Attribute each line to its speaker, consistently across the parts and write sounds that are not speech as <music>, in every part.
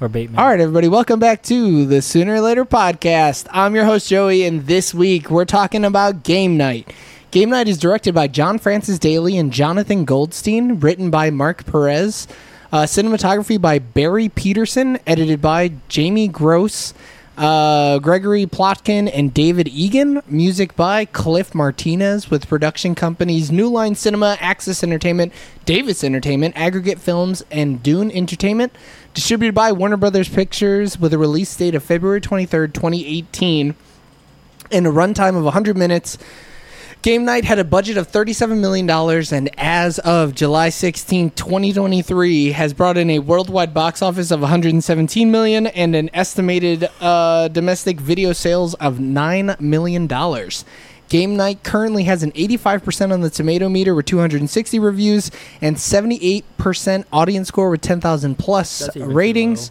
Speaker 1: Or Bateman.
Speaker 2: All right, everybody, welcome back to the Sooner or Later podcast. I'm your host, Joey, and this week we're talking about Game Night. Game Night is directed by John Francis Daly and Jonathan Goldstein, written by Mark Perez, uh, cinematography by Barry Peterson, edited by Jamie Gross, uh, Gregory Plotkin, and David Egan, music by Cliff Martinez, with production companies New Line Cinema, Axis Entertainment, Davis Entertainment, Aggregate Films, and Dune Entertainment distributed by Warner Brothers Pictures with a release date of February 23rd, 2018, and a runtime of 100 minutes. Game Night had a budget of $37 million and as of July 16, 2023 has brought in a worldwide box office of 117 million and an estimated uh, domestic video sales of 9 million dollars. Game Night currently has an 85% on the tomato meter with 260 reviews and 78% audience score with 10,000 plus
Speaker 1: That's even too
Speaker 2: ratings.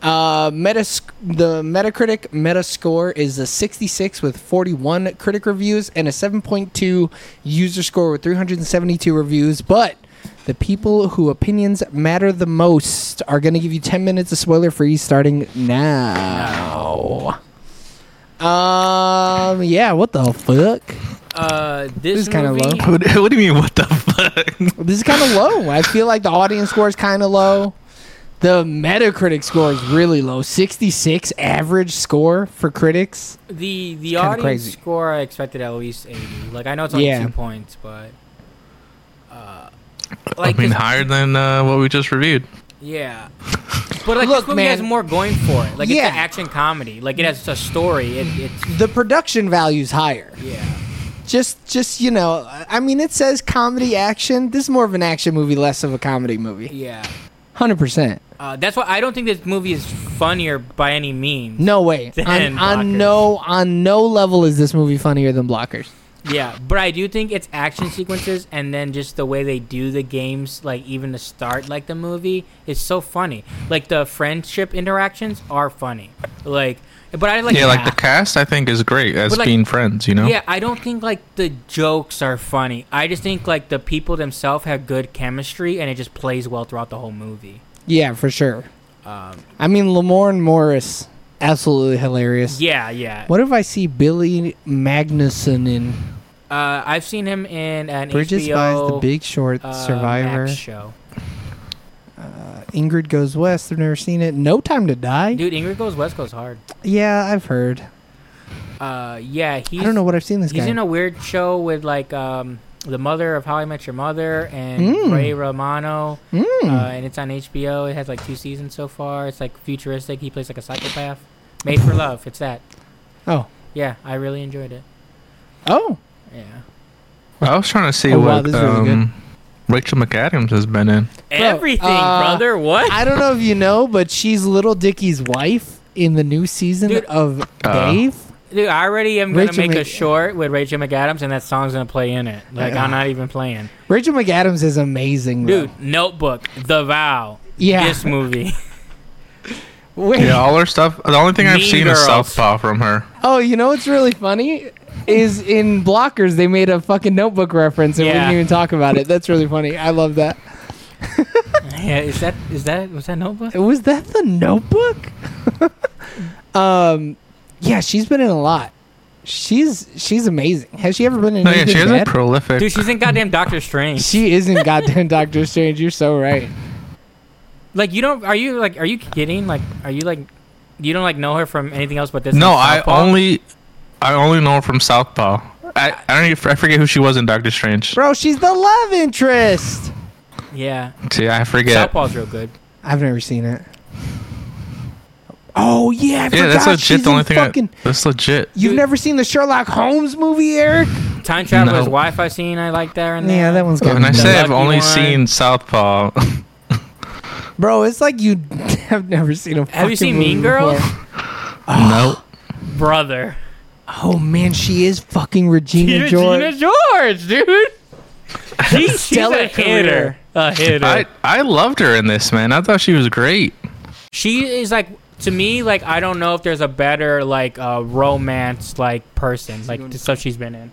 Speaker 2: Uh, Metas- the Metacritic Metascore is a 66 with 41 critic reviews and a 7.2 user score with 372 reviews. But the people who opinions matter the most are going to give you 10 minutes of spoiler free starting now. Um, yeah, what the fuck?
Speaker 1: Uh, this
Speaker 2: is kinda
Speaker 1: movie-
Speaker 2: low.
Speaker 3: What, what do you mean? What the fuck?
Speaker 2: This is kind of low. I feel like the audience score is kind of low. The Metacritic score is really low. 66 average score for critics.
Speaker 1: The the
Speaker 2: kinda
Speaker 1: audience
Speaker 2: crazy.
Speaker 1: score I expected at least eighty. Like I know it's only
Speaker 2: Yeah.
Speaker 1: two points, but uh,
Speaker 3: I mean,
Speaker 1: 'cause-
Speaker 3: higher than uh, what we just reviewed.
Speaker 1: Yeah, but like
Speaker 2: Look,
Speaker 1: this movie has
Speaker 2: man.
Speaker 1: more going for it. Like
Speaker 2: Yeah.
Speaker 1: it's an action comedy. Like it has a story. It, it's
Speaker 2: The production value's higher.
Speaker 1: yeah.
Speaker 2: Just just, you know, I mean it says comedy action. This is more of an action movie, less of a comedy movie.
Speaker 1: Yeah.
Speaker 2: 100%.
Speaker 1: Uh, that's why I don't think this movie is funnier by any means.
Speaker 2: No way. On,
Speaker 1: Than
Speaker 2: on
Speaker 1: Blockers.
Speaker 2: no on no level is this movie funnier than Blockers.
Speaker 1: Yeah, but I do think it's action sequences and then just the way they do the games, like even to start like the movie, is so funny. Like the friendship interactions are funny. Like, but I like
Speaker 3: yeah, like the cast, I think is great as
Speaker 1: But, like-
Speaker 3: being friends. You know.
Speaker 1: Yeah, I don't think like the jokes are funny. I just think like the people themselves have good chemistry and it just plays well throughout the whole movie.
Speaker 2: Yeah, for sure.
Speaker 1: Um,
Speaker 2: I mean Lamorne Morris absolutely hilarious.
Speaker 1: yeah, yeah.
Speaker 2: What if I see Billy Magnuson in
Speaker 1: Uh, I've seen him in an
Speaker 2: Bridges
Speaker 1: HBO
Speaker 2: buys the Big Short,
Speaker 1: uh,
Speaker 2: Survivor,
Speaker 1: Max show.
Speaker 2: uh, Ingrid Goes West. I've never seen it. No Time to Die.
Speaker 1: Dude, Ingrid Goes West goes hard.
Speaker 2: Yeah, I've heard.
Speaker 1: Uh, yeah, he's
Speaker 2: I don't know what I've seen this
Speaker 1: he's
Speaker 2: guy.
Speaker 1: in a weird show with like um the mother of How I Met Your Mother and
Speaker 2: Mm.
Speaker 1: Ray Romano,
Speaker 2: Mm.
Speaker 1: uh, and it's on HBO. It has like two seasons so far. It's like futuristic. He plays like a psychopath. Made for Love. It's that.
Speaker 2: oh,
Speaker 1: Yeah, I really enjoyed it.
Speaker 2: oh,
Speaker 1: Yeah.
Speaker 3: I was trying to see
Speaker 2: Oh, wow,
Speaker 3: what
Speaker 2: this is really good.
Speaker 3: um, Rachel McAdams has been in.
Speaker 1: Everything,
Speaker 2: uh,
Speaker 1: brother. What?
Speaker 2: I don't know if you know, but she's Little Dickie's wife in the new season
Speaker 1: Dude.
Speaker 2: of
Speaker 3: Uh,
Speaker 2: Dave.
Speaker 1: Dude, I already am gonna
Speaker 2: Rachel
Speaker 1: make a
Speaker 2: Mc-
Speaker 1: short with Rachel McAdams, and that song's gonna play in it. Like
Speaker 2: Yeah.
Speaker 1: I'm not even playing.
Speaker 2: Rachel McAdams is amazing, though.
Speaker 1: Dude, Notebook, The Vow.
Speaker 2: Yeah,
Speaker 1: This movie.
Speaker 2: <laughs> wait.
Speaker 3: Yeah, all her stuff. The only thing I've
Speaker 1: Mean
Speaker 3: seen is
Speaker 1: Girls.
Speaker 3: Southpaw from her.
Speaker 2: Oh, you know what's really funny is in Blockers they made a fucking Notebook reference and we
Speaker 1: Yeah.
Speaker 2: didn't even talk about it. That's really funny. I love that.
Speaker 1: <laughs> yeah, is that is that was that Notebook?
Speaker 2: Was that the Notebook? <laughs> um, yeah, she's been in a lot. She's she's amazing. Has she ever been in
Speaker 3: No, Oh, yeah,
Speaker 2: anything
Speaker 3: she has a
Speaker 2: bad?
Speaker 3: prolific.
Speaker 1: Dude, she's in goddamn Doctor Strange.
Speaker 2: she is in
Speaker 3: <laughs>
Speaker 2: goddamn Doctor Strange. You're so right.
Speaker 1: Like you don't? Are you like? Are you kidding? Like, are you like? You don't like know her from anything else but this?
Speaker 3: no,
Speaker 1: and
Speaker 3: I
Speaker 1: Southpaw?
Speaker 3: only, I only know her from Southpaw. I, I don't. Even, I forget who she was in Doctor Strange.
Speaker 2: Bro, she's the love interest.
Speaker 1: Yeah,
Speaker 3: See, I forget.
Speaker 1: Southpaw's real good.
Speaker 2: I've never seen it. Oh yeah, I
Speaker 3: Yeah,
Speaker 2: forgot
Speaker 3: that's
Speaker 2: she's
Speaker 3: legit. The
Speaker 2: in
Speaker 3: only thing. I-
Speaker 2: fucking-
Speaker 3: that's legit.
Speaker 2: You've
Speaker 1: Dude.
Speaker 2: never seen the Sherlock Holmes movie, Eric?
Speaker 1: Time travelers,
Speaker 3: No.
Speaker 1: Wi-Fi scene. I like that. And
Speaker 2: Yeah, that one's good.
Speaker 3: Oh, And I
Speaker 1: The
Speaker 3: say I've
Speaker 1: lucky
Speaker 3: only
Speaker 1: one.
Speaker 3: seen Southpaw.
Speaker 2: Oh. Bro, it's like you <laughs> have never seen a.
Speaker 1: Have you
Speaker 2: fucking
Speaker 1: seen
Speaker 2: movie
Speaker 1: Mean Girls?
Speaker 2: before.
Speaker 3: <laughs> no.
Speaker 1: brother.
Speaker 2: Oh man, she
Speaker 1: <laughs>
Speaker 2: is fucking Regina
Speaker 1: Gina
Speaker 2: George.
Speaker 1: Gina George,
Speaker 2: <laughs>
Speaker 1: dude. She, she's
Speaker 2: Stellar
Speaker 1: a hitter.
Speaker 2: career.
Speaker 1: A hitter.
Speaker 3: I I loved her in this man. I thought she was great.
Speaker 1: she is like to me like I don't know if there's a better like uh, romance like person like the stuff she's been in.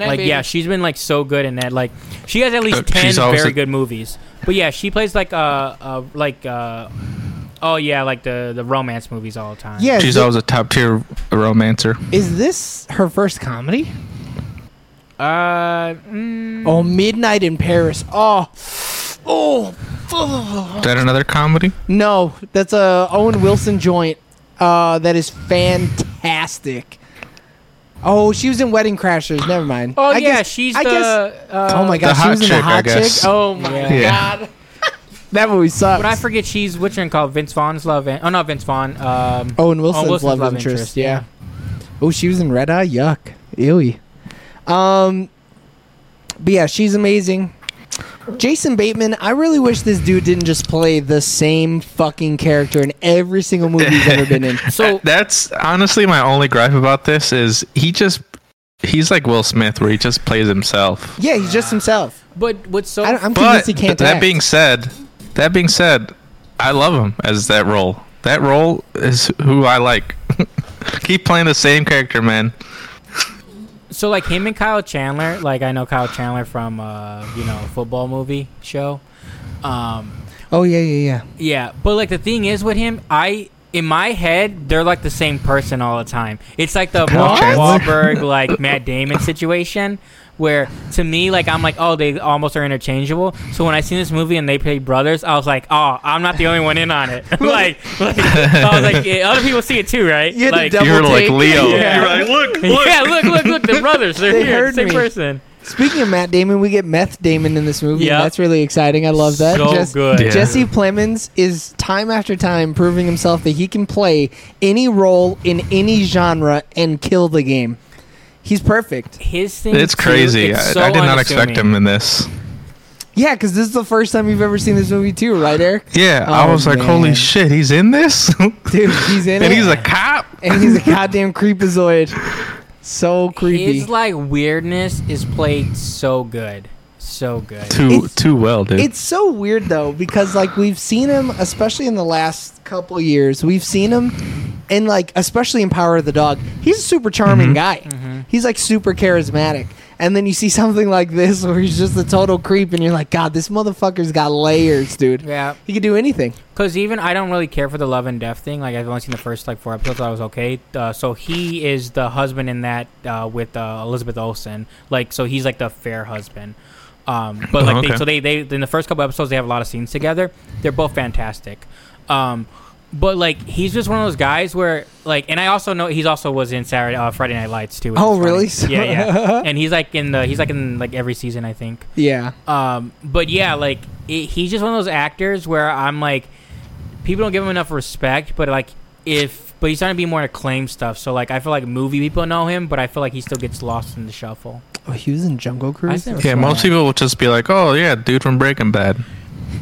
Speaker 1: like yeah, she's been like so good in that. Like she has at least
Speaker 3: Uh,
Speaker 1: ten
Speaker 3: she's also-
Speaker 1: very good movies. But yeah, she plays like uh, uh like uh Oh yeah, like the the romance movies all the time.
Speaker 2: Yeah,
Speaker 3: She's
Speaker 2: thi-
Speaker 3: always a top tier romancer.
Speaker 2: is this her first comedy?
Speaker 1: Uh. mm,
Speaker 2: Oh, Midnight in Paris. Oh, oh,
Speaker 3: Is that another comedy?
Speaker 2: no, that's a Owen Wilson joint. Uh, that is fantastic. Oh, she was in Wedding Crashers. Never mind.
Speaker 1: Oh
Speaker 2: I
Speaker 1: yeah,
Speaker 2: guess-
Speaker 1: she's
Speaker 2: I
Speaker 1: the.
Speaker 2: guess-
Speaker 1: uh,
Speaker 2: oh my
Speaker 3: The
Speaker 2: god, she
Speaker 3: hot
Speaker 2: was in the
Speaker 3: chick, I
Speaker 2: hot chick.
Speaker 3: guess.
Speaker 2: Oh my
Speaker 1: Yeah.
Speaker 3: Yeah.
Speaker 2: god, that movie sucks.
Speaker 1: But I forget she's which one called Vince Vaughn's love. In- oh no, Vince Vaughn. Um.
Speaker 2: Owen Wilson's,
Speaker 1: Owen Wilson's
Speaker 2: love,
Speaker 1: love interest,
Speaker 2: interest. Yeah. Oh, she was in Red Eye. Yuck. Ewy. Um. But yeah, she's amazing. Jason Bateman, I really wish this dude didn't just play the same fucking character in every single movie he's ever been in.
Speaker 1: So
Speaker 3: That's honestly my only gripe about this is he just he's like Will Smith where he just plays himself.
Speaker 2: Yeah, he's just himself.
Speaker 1: But what's so
Speaker 2: I don't, I'm
Speaker 3: But
Speaker 2: convinced he can't.
Speaker 3: that
Speaker 2: act.
Speaker 3: being said, that being said, I love him as that role. That role is who I like. <laughs> Keep playing the same character, man.
Speaker 1: so like him and Kyle Chandler? Like I know Kyle Chandler from uh you know football movie show. Um.
Speaker 2: oh yeah, yeah,
Speaker 1: Yeah, but like the thing is with him, I in my head they're like the same person all the time. It's like the
Speaker 3: Kyle
Speaker 1: Mark
Speaker 3: Chandler?
Speaker 1: Wahlberg like Matt Damon situation where to me like I'm like oh they almost are interchangeable. So when I seen this movie and they play brothers, I was like oh I'm not the only one in on it. <laughs> like, like I was like yeah, other people see it too, right?
Speaker 2: You had to
Speaker 1: like
Speaker 2: double-
Speaker 3: You're like
Speaker 2: take.
Speaker 3: Leo.
Speaker 1: Yeah.
Speaker 3: You're like, <laughs> look,
Speaker 1: <laughs>
Speaker 3: look.
Speaker 1: yeah, look, <laughs> look, look, the brothers they're
Speaker 2: <laughs> They
Speaker 1: here,
Speaker 2: heard
Speaker 1: same
Speaker 2: me.
Speaker 1: person.
Speaker 2: yeah. Speaking of Matt Damon, we get Meth Damon in this movie.
Speaker 1: Yeah.
Speaker 2: and that's really exciting. I love that.
Speaker 1: So
Speaker 2: Jess-
Speaker 1: good.
Speaker 3: Yeah.
Speaker 2: Jesse Plemons is time after time proving himself that he can play any role in any genre and kill the game. He's perfect.
Speaker 1: His thing
Speaker 3: It's
Speaker 1: too,
Speaker 3: crazy.
Speaker 1: it's
Speaker 3: I,
Speaker 1: so
Speaker 3: I did not expect
Speaker 1: unassuming.
Speaker 3: him in this.
Speaker 2: Yeah, because this is the first time you've ever seen this movie too, right, Eric?
Speaker 3: Yeah, I
Speaker 2: Oh,
Speaker 3: was like,
Speaker 2: man.
Speaker 3: holy shit, he's in this?
Speaker 2: Dude, he's in
Speaker 3: <laughs> and
Speaker 2: it,
Speaker 3: he's a cop?
Speaker 2: and he's a goddamn creepazoid. So creepy.
Speaker 1: His like weirdness is played so good, so good.
Speaker 3: Too,
Speaker 2: It's-
Speaker 3: too well, dude.
Speaker 2: It's so weird though because like we've seen him, especially in the last couple years, we've seen him, and like especially in Power of the Dog, he's a super charming
Speaker 3: Mm-hmm.
Speaker 2: guy.
Speaker 1: Mm-hmm.
Speaker 2: He's like super charismatic, and then you see something like this where he's just a total creep, and you're like, God, this motherfucker's got layers, dude.
Speaker 1: Yeah,
Speaker 2: He could do anything.
Speaker 1: because even I don't really care for the love and death thing. Like I've only seen the first like four episodes. I was okay. Uh, so he is the husband in that uh, with uh, Elizabeth Olsen. Like so he's like the fair husband. Um, but
Speaker 3: Oh,
Speaker 1: like they,
Speaker 3: okay.
Speaker 1: so they they in the first couple episodes they have a lot of scenes together. They're both fantastic. Um, but like he's just one of those guys where like, and I also know he's also was in Saturday uh, Friday Night Lights too. which
Speaker 2: Oh,
Speaker 1: is funny.
Speaker 2: really? So-
Speaker 1: Yeah,
Speaker 2: <laughs>
Speaker 1: yeah. and he's like in the he's like in like every season I think.
Speaker 2: Yeah,
Speaker 1: Um, but yeah, like it, he's just one of those actors where I'm like, people don't give him enough respect. But like, if but he's starting to be more acclaimed stuff. So like, I feel like movie people know him, but I feel like he still gets lost in the shuffle.
Speaker 2: oh, he was in Jungle Cruise.
Speaker 1: never
Speaker 3: yeah,
Speaker 1: saw
Speaker 3: most
Speaker 1: that.
Speaker 3: people will just be like, oh, yeah, dude from Breaking Bad.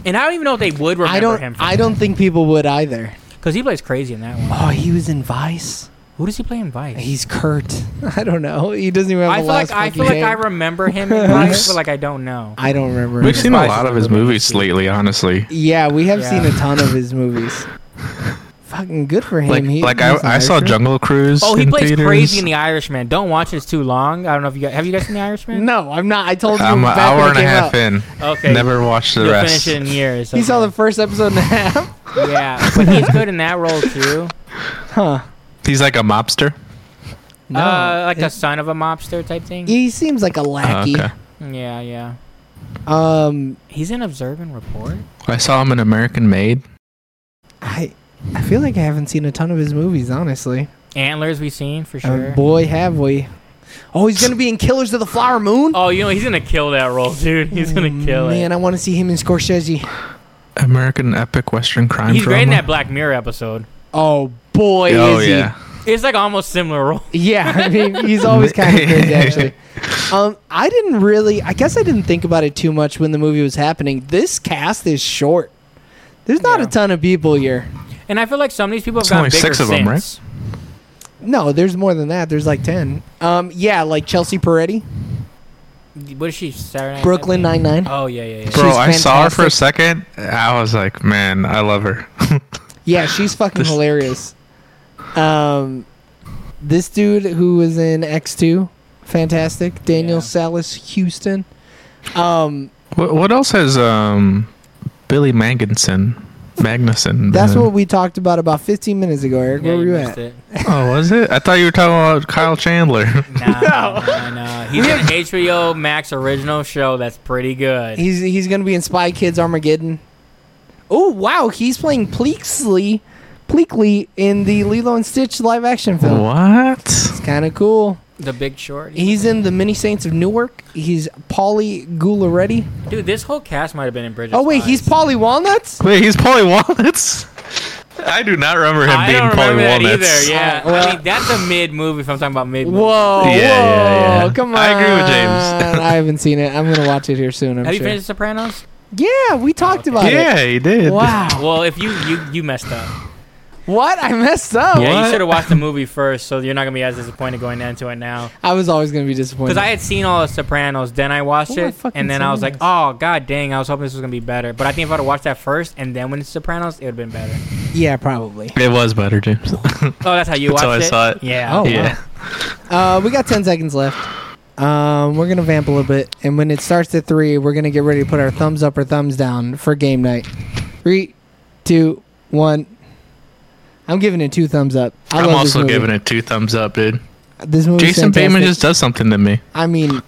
Speaker 1: And I don't even know if they would remember
Speaker 2: I
Speaker 1: him.
Speaker 2: don't. I don't think people would either.
Speaker 1: because he plays crazy in that one.
Speaker 2: Oh, he was in Vice.
Speaker 1: Who does he play in Vice?
Speaker 2: He's Kurt. <laughs> I don't know. He doesn't even have
Speaker 1: I
Speaker 2: a
Speaker 1: feel
Speaker 2: last
Speaker 1: like I
Speaker 2: fucking
Speaker 1: feel like
Speaker 2: name.
Speaker 1: I remember
Speaker 2: <laughs>
Speaker 1: him in Vice,
Speaker 3: Oops.
Speaker 1: but like I don't know.
Speaker 2: I don't remember.
Speaker 3: We've
Speaker 2: his
Speaker 3: seen a
Speaker 2: Vice
Speaker 3: lot of
Speaker 2: number,
Speaker 3: his
Speaker 2: but-
Speaker 3: movies lately, honestly.
Speaker 2: Yeah, we have
Speaker 1: Yeah.
Speaker 2: seen a ton of his movies. <laughs> Fucking good for him.
Speaker 3: Like,
Speaker 2: He-
Speaker 3: like I,
Speaker 2: he's an
Speaker 3: I saw
Speaker 2: Irishman.
Speaker 3: Jungle Cruise.
Speaker 1: Oh, he
Speaker 3: in
Speaker 1: plays
Speaker 3: theaters.
Speaker 1: crazy in The Irishman. Don't watch it; it's too long. I don't know if you guys have you guys seen The Irishman.
Speaker 2: No, I'm not. I told you
Speaker 3: I'm an
Speaker 2: back
Speaker 3: hour
Speaker 2: when
Speaker 3: and
Speaker 2: it
Speaker 3: a
Speaker 2: came
Speaker 3: half
Speaker 2: out.
Speaker 3: in.
Speaker 1: Okay,
Speaker 3: Never watched the
Speaker 1: You'll
Speaker 3: rest.
Speaker 1: finish it in years.
Speaker 2: He saw
Speaker 1: okay.
Speaker 2: the first episode and a half.
Speaker 1: Yeah, but he's good in that role too.
Speaker 2: Huh?
Speaker 3: He's like a mobster.
Speaker 2: <laughs> No. E
Speaker 1: uh, like a
Speaker 2: It-
Speaker 1: son of a mobster type thing.
Speaker 2: he seems like a
Speaker 3: Oh,
Speaker 2: lackey.
Speaker 3: okay.
Speaker 1: yeah, yeah.
Speaker 2: Um,
Speaker 1: He's in Observe and Report.
Speaker 3: I saw him in American Made.
Speaker 2: I I feel like I haven't seen a ton of his movies, honestly.
Speaker 1: Antlers we seen for
Speaker 2: And
Speaker 1: sure.
Speaker 2: boy, have we! Oh, he's gonna be in Killers of the Flower Moon. Oh,
Speaker 1: oh, you know he's gonna kill that role, <laughs> dude. He's gonna kill
Speaker 2: Mm, Man,
Speaker 1: it.
Speaker 2: I want to see him in Scorsese.
Speaker 3: American epic western crime
Speaker 1: He's
Speaker 3: drama.
Speaker 1: great in that Black Mirror episode.
Speaker 2: Oh boy,
Speaker 3: Oh
Speaker 2: is he!
Speaker 3: yeah.
Speaker 1: It's like almost similar role. <laughs>
Speaker 2: Yeah, I mean, he's always kind
Speaker 3: <laughs>
Speaker 2: of crazy, actually. Um, I didn't really, I guess I didn't think about it too much when the movie was happening. This cast is short. There's not
Speaker 1: Yeah.
Speaker 2: a ton of people here.
Speaker 1: And I feel like some of these people have
Speaker 3: It's
Speaker 1: gotten
Speaker 3: only
Speaker 1: bigger
Speaker 3: six of 'em, right?
Speaker 1: since.
Speaker 2: No, there's more than that. There's like 10. Um, yeah, like Chelsea Peretti,
Speaker 1: What is she? Saturday Night
Speaker 2: Brooklyn
Speaker 1: Live?
Speaker 2: Nine-Nine.
Speaker 1: Oh yeah, yeah, yeah.
Speaker 3: Bro,
Speaker 2: She's
Speaker 3: I saw her for a
Speaker 2: fantastic.
Speaker 3: second. I was like, man, I love her.
Speaker 2: Yeah, she's fucking
Speaker 3: This-
Speaker 2: hilarious. Um, this dude who was in X2, fantastic. Daniel
Speaker 1: Yeah.
Speaker 2: Salas Houston. Um,
Speaker 3: what, what else has um Billy Manganson? Magnuson.
Speaker 2: That's what we talked about about 15 minutes ago, Eric.
Speaker 1: Mm-hmm. Yeah,
Speaker 2: Where were
Speaker 1: you
Speaker 2: you
Speaker 1: missed
Speaker 2: at?
Speaker 1: it.
Speaker 3: Oh, was it? I thought you were talking about Kyle Chandler.
Speaker 2: <laughs>
Speaker 1: Nah, no, no, He's an HBO Max original show that's pretty good.
Speaker 2: He's he's gonna be in Spy Kids Armageddon. Oh wow, he's playing Pleakley, Pleakley in the Lilo and Stitch live action film.
Speaker 3: what?
Speaker 2: It's kind of cool.
Speaker 1: the Big Short.
Speaker 2: He's in the Mini Saints of Newark. He's Polly Gularetti.
Speaker 1: Dude, this whole cast might have been in Bridges.
Speaker 2: Oh wait,
Speaker 1: Spies.
Speaker 2: he's Polly Walnuts.
Speaker 3: Wait, he's Polly Walnuts. I do not remember him
Speaker 1: I
Speaker 3: being
Speaker 1: don't
Speaker 3: Polly
Speaker 1: remember that
Speaker 3: Walnuts.
Speaker 1: either. Yeah,
Speaker 2: Uh, well-
Speaker 1: I mean that's a mid movie. If I'm talking about mid,
Speaker 2: Whoa,
Speaker 3: Yeah,
Speaker 2: whoa,
Speaker 3: yeah, yeah.
Speaker 2: come on.
Speaker 3: I agree with
Speaker 2: <laughs>
Speaker 3: James.
Speaker 2: I haven't seen it. I'm gonna watch it here soon. I'm
Speaker 1: have you
Speaker 2: sure.
Speaker 1: finished The Sopranos?
Speaker 2: Yeah, we talked about it.
Speaker 3: Yeah, he did.
Speaker 2: Wow.
Speaker 1: Well, if you you you messed up.
Speaker 2: What? I messed up.
Speaker 1: Yeah,
Speaker 3: What?
Speaker 1: you should have watched the movie first, so you're not gonna be as disappointed going into it now.
Speaker 2: I was always gonna be disappointed.
Speaker 1: Because I had seen all the Sopranos, then I watched
Speaker 2: Who are
Speaker 1: it,
Speaker 2: fucking
Speaker 1: and then I was like, "Oh god dang!" I was hoping this was gonna be better, but I think if I'd have watched that first and then went into Sopranos, it would have been better.
Speaker 2: yeah, probably.
Speaker 3: It was better, James.
Speaker 1: Oh, that's how you
Speaker 3: That's
Speaker 1: watched
Speaker 3: how I
Speaker 1: it.
Speaker 3: saw it.
Speaker 1: Yeah.
Speaker 2: Oh,
Speaker 3: <laughs> yeah.
Speaker 2: Uh, we got 10 seconds left. Um, we're going to vamp a little bit. And when it starts at three, we're going to get ready to put our thumbs up or thumbs down for game night. Three, two, one. I'm giving it two thumbs up. I
Speaker 3: I'm
Speaker 2: love
Speaker 3: also
Speaker 2: this movie.
Speaker 3: giving it two thumbs up, dude.
Speaker 2: This movie
Speaker 3: Jason Bateman just does something to me.
Speaker 2: I mean,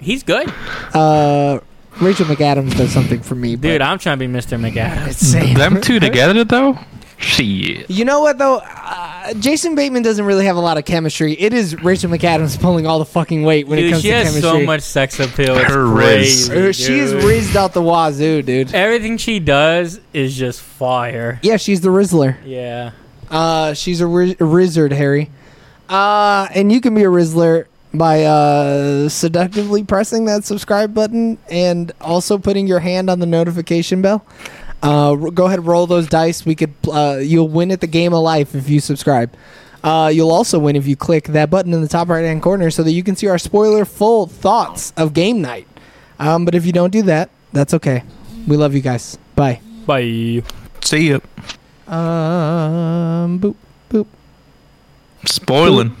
Speaker 1: He's good,
Speaker 2: uh, Rachel McAdams does something for me. But
Speaker 1: dude. I'm trying to be Mr. McAdams.
Speaker 2: it's same.
Speaker 3: Them two together, though? Shit.
Speaker 2: You know what, though? Uh, Jason Bateman doesn't really have a lot of chemistry. It is Rachel McAdams pulling all the fucking weight when it
Speaker 1: Dude,
Speaker 2: comes
Speaker 1: she
Speaker 2: to
Speaker 1: has
Speaker 2: chemistry.
Speaker 1: so much sex appeal. It's
Speaker 3: Her riz.
Speaker 1: crazy.
Speaker 2: Uh, She is
Speaker 1: dude.
Speaker 2: rizzed out the wazoo, dude.
Speaker 1: Everything she does is just fire.
Speaker 2: Yeah, she's the Rizzler.
Speaker 1: Yeah.
Speaker 2: Uh, she's a, ri- a Rizzard, Harry. Uh, and you can be a Rizzler by uh, seductively pressing that subscribe button and also putting your hand on the notification bell. Uh, r- go ahead, roll those dice. We could. Uh, you'll win at the game of life if you subscribe. Uh, you'll also win if you click that button in the top right hand corner so that you can see our spoiler full thoughts of game night. Um, but if you don't do that, that's okay. We love you guys. Bye.
Speaker 1: Bye.
Speaker 3: See ya.
Speaker 2: Um, boop, boop.
Speaker 3: Spoiling.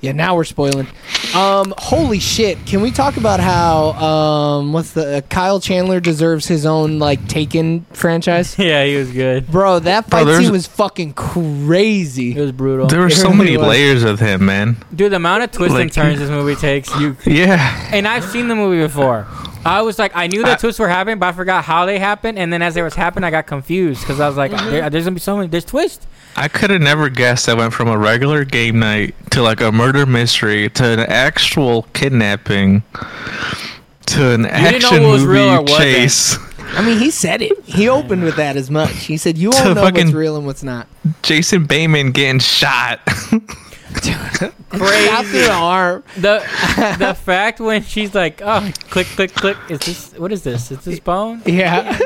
Speaker 2: Yeah, now we're spoiling. Um, holy shit! Can we talk about how um, what's the uh, Kyle Chandler deserves his own like Taken franchise?
Speaker 1: <laughs> Yeah, he was good.
Speaker 2: Bro, that fight
Speaker 3: there's-
Speaker 2: scene was fucking
Speaker 1: It
Speaker 2: crazy.
Speaker 1: was brutal.
Speaker 3: There were so
Speaker 2: really
Speaker 3: many
Speaker 2: was.
Speaker 3: layers of him, man.
Speaker 1: Dude, the amount of twists
Speaker 3: Like-
Speaker 1: and turns this movie takes, you
Speaker 3: Yeah.
Speaker 1: and I've seen the movie before. I was like, I knew the
Speaker 3: I-
Speaker 1: twists were happening, but I forgot how they happened. And then as they was happening, I got confused because I was like,
Speaker 2: Mm-hmm.
Speaker 1: there, "There's gonna be so many. There's twists."
Speaker 3: I could have never guessed I went from a regular game night to like a murder mystery to an actual kidnapping to
Speaker 1: didn't
Speaker 3: an
Speaker 1: know
Speaker 3: action
Speaker 1: what was
Speaker 3: movie
Speaker 1: real or wasn't.
Speaker 3: chase.
Speaker 2: I mean, he said it. He opened with that as much. He said, "You all
Speaker 3: <laughs> To
Speaker 2: know
Speaker 3: fucking-
Speaker 2: what's real and what's not."
Speaker 3: Jason Bateman getting shot. <laughs>
Speaker 2: Shot through the arm.
Speaker 1: The the fact when she's like, "Oh, click, click, click. Is this what is this? Is this
Speaker 3: <laughs>
Speaker 1: bone?"
Speaker 2: Yeah,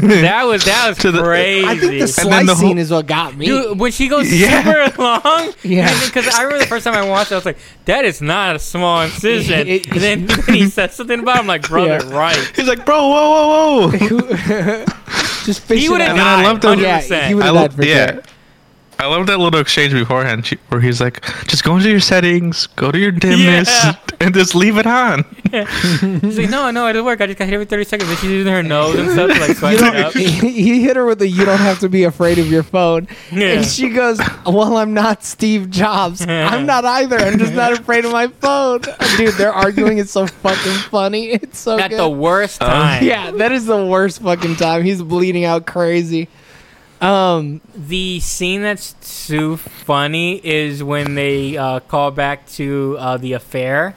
Speaker 1: That was that was
Speaker 3: To the-
Speaker 1: crazy.
Speaker 2: I think the
Speaker 3: And then
Speaker 2: slice
Speaker 3: the whole-
Speaker 2: scene is what got me. <laughs>
Speaker 1: Dude, when she goes
Speaker 3: Yeah.
Speaker 1: super <laughs> long,
Speaker 2: Yeah.
Speaker 1: Because I remember the first time I watched, it, I was like, "That is not a small incision."
Speaker 2: <laughs> It-
Speaker 1: and then, then he says something about, it, I'm like, "Brother,
Speaker 2: Yeah.
Speaker 1: right?"
Speaker 3: He's like, bro, whoa,
Speaker 1: <laughs>
Speaker 3: whoa, whoa.
Speaker 2: <laughs> Just fish
Speaker 1: He
Speaker 2: it
Speaker 1: would have
Speaker 2: out.
Speaker 3: And then I
Speaker 1: died.
Speaker 3: love the-
Speaker 2: Yeah,
Speaker 1: 100%.
Speaker 2: he would-
Speaker 3: I
Speaker 2: Look at
Speaker 3: love
Speaker 2: that for
Speaker 3: yeah. <laughs>
Speaker 2: sure.
Speaker 3: I love that little exchange beforehand she- where he's like, just go into your settings, go to your dimness,
Speaker 1: Yeah.
Speaker 3: and just leave it on.
Speaker 1: He's like, "No, no, it'll work. I just got hit every 30 seconds." And she's using her nose and stuff to like swipe
Speaker 2: <laughs> You
Speaker 1: it
Speaker 2: don't,
Speaker 1: up.
Speaker 2: he hit her with a "You don't have to be afraid of your phone,"
Speaker 1: <laughs> Yeah.
Speaker 2: and she goes, "Well, I'm not Steve Jobs. I'm not either. I'm just not afraid of my phone." Dude, they're arguing. It's so fucking funny. It's so
Speaker 1: At
Speaker 2: good. Uh-huh.
Speaker 1: the worst time.
Speaker 2: yeah, that is the worst fucking time. He's bleeding out crazy. Um,
Speaker 1: The scene that's so funny is when they uh, call back to uh, the affair,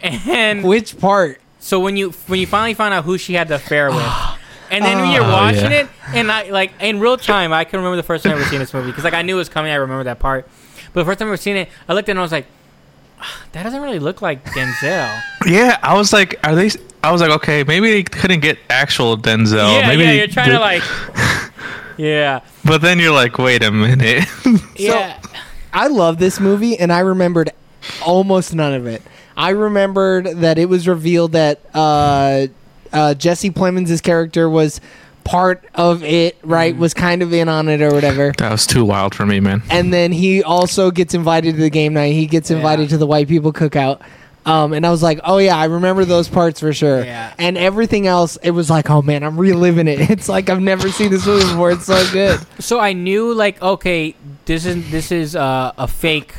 Speaker 1: and
Speaker 2: which part?
Speaker 1: So when you when you finally find out who she had the affair
Speaker 3: <gasps>
Speaker 1: with, and then when you're
Speaker 3: Oh,
Speaker 1: watching
Speaker 3: yeah.
Speaker 1: it, and I like in real time, I can remember the first time I ever seen this movie because like I knew it was coming, I remember that part. But the first time I ever seen it, I looked at it and I was like, "Ah, that doesn't really look like
Speaker 3: <laughs>
Speaker 1: Denzel.
Speaker 3: Yeah, I was like, are they? I was like, okay, maybe they couldn't get actual Denzel.
Speaker 1: yeah,
Speaker 3: maybe
Speaker 1: yeah,
Speaker 3: they
Speaker 1: you're trying to
Speaker 3: did- <laughs>
Speaker 1: like, yeah,
Speaker 3: But then you're like, wait a minute. <laughs>
Speaker 1: yeah.
Speaker 2: I love this movie, and I remembered almost none of it. I remembered that it was revealed that uh, uh, Jesse Plemons' character was part of it, right?
Speaker 1: Mm-hmm.
Speaker 2: Was kind of in on it or whatever.
Speaker 3: that was too wild for me, man.
Speaker 2: And then he also gets invited to the game night. He gets invited
Speaker 1: Yeah.
Speaker 2: to the white people cookout. Um, and I was like, oh yeah, I remember those parts for sure.
Speaker 1: Yeah.
Speaker 2: And everything else, it was like, oh man, I'm reliving it. <laughs> It's like I've never seen this movie before. It's so good.
Speaker 1: So I knew like okay, this is this is uh, a fake.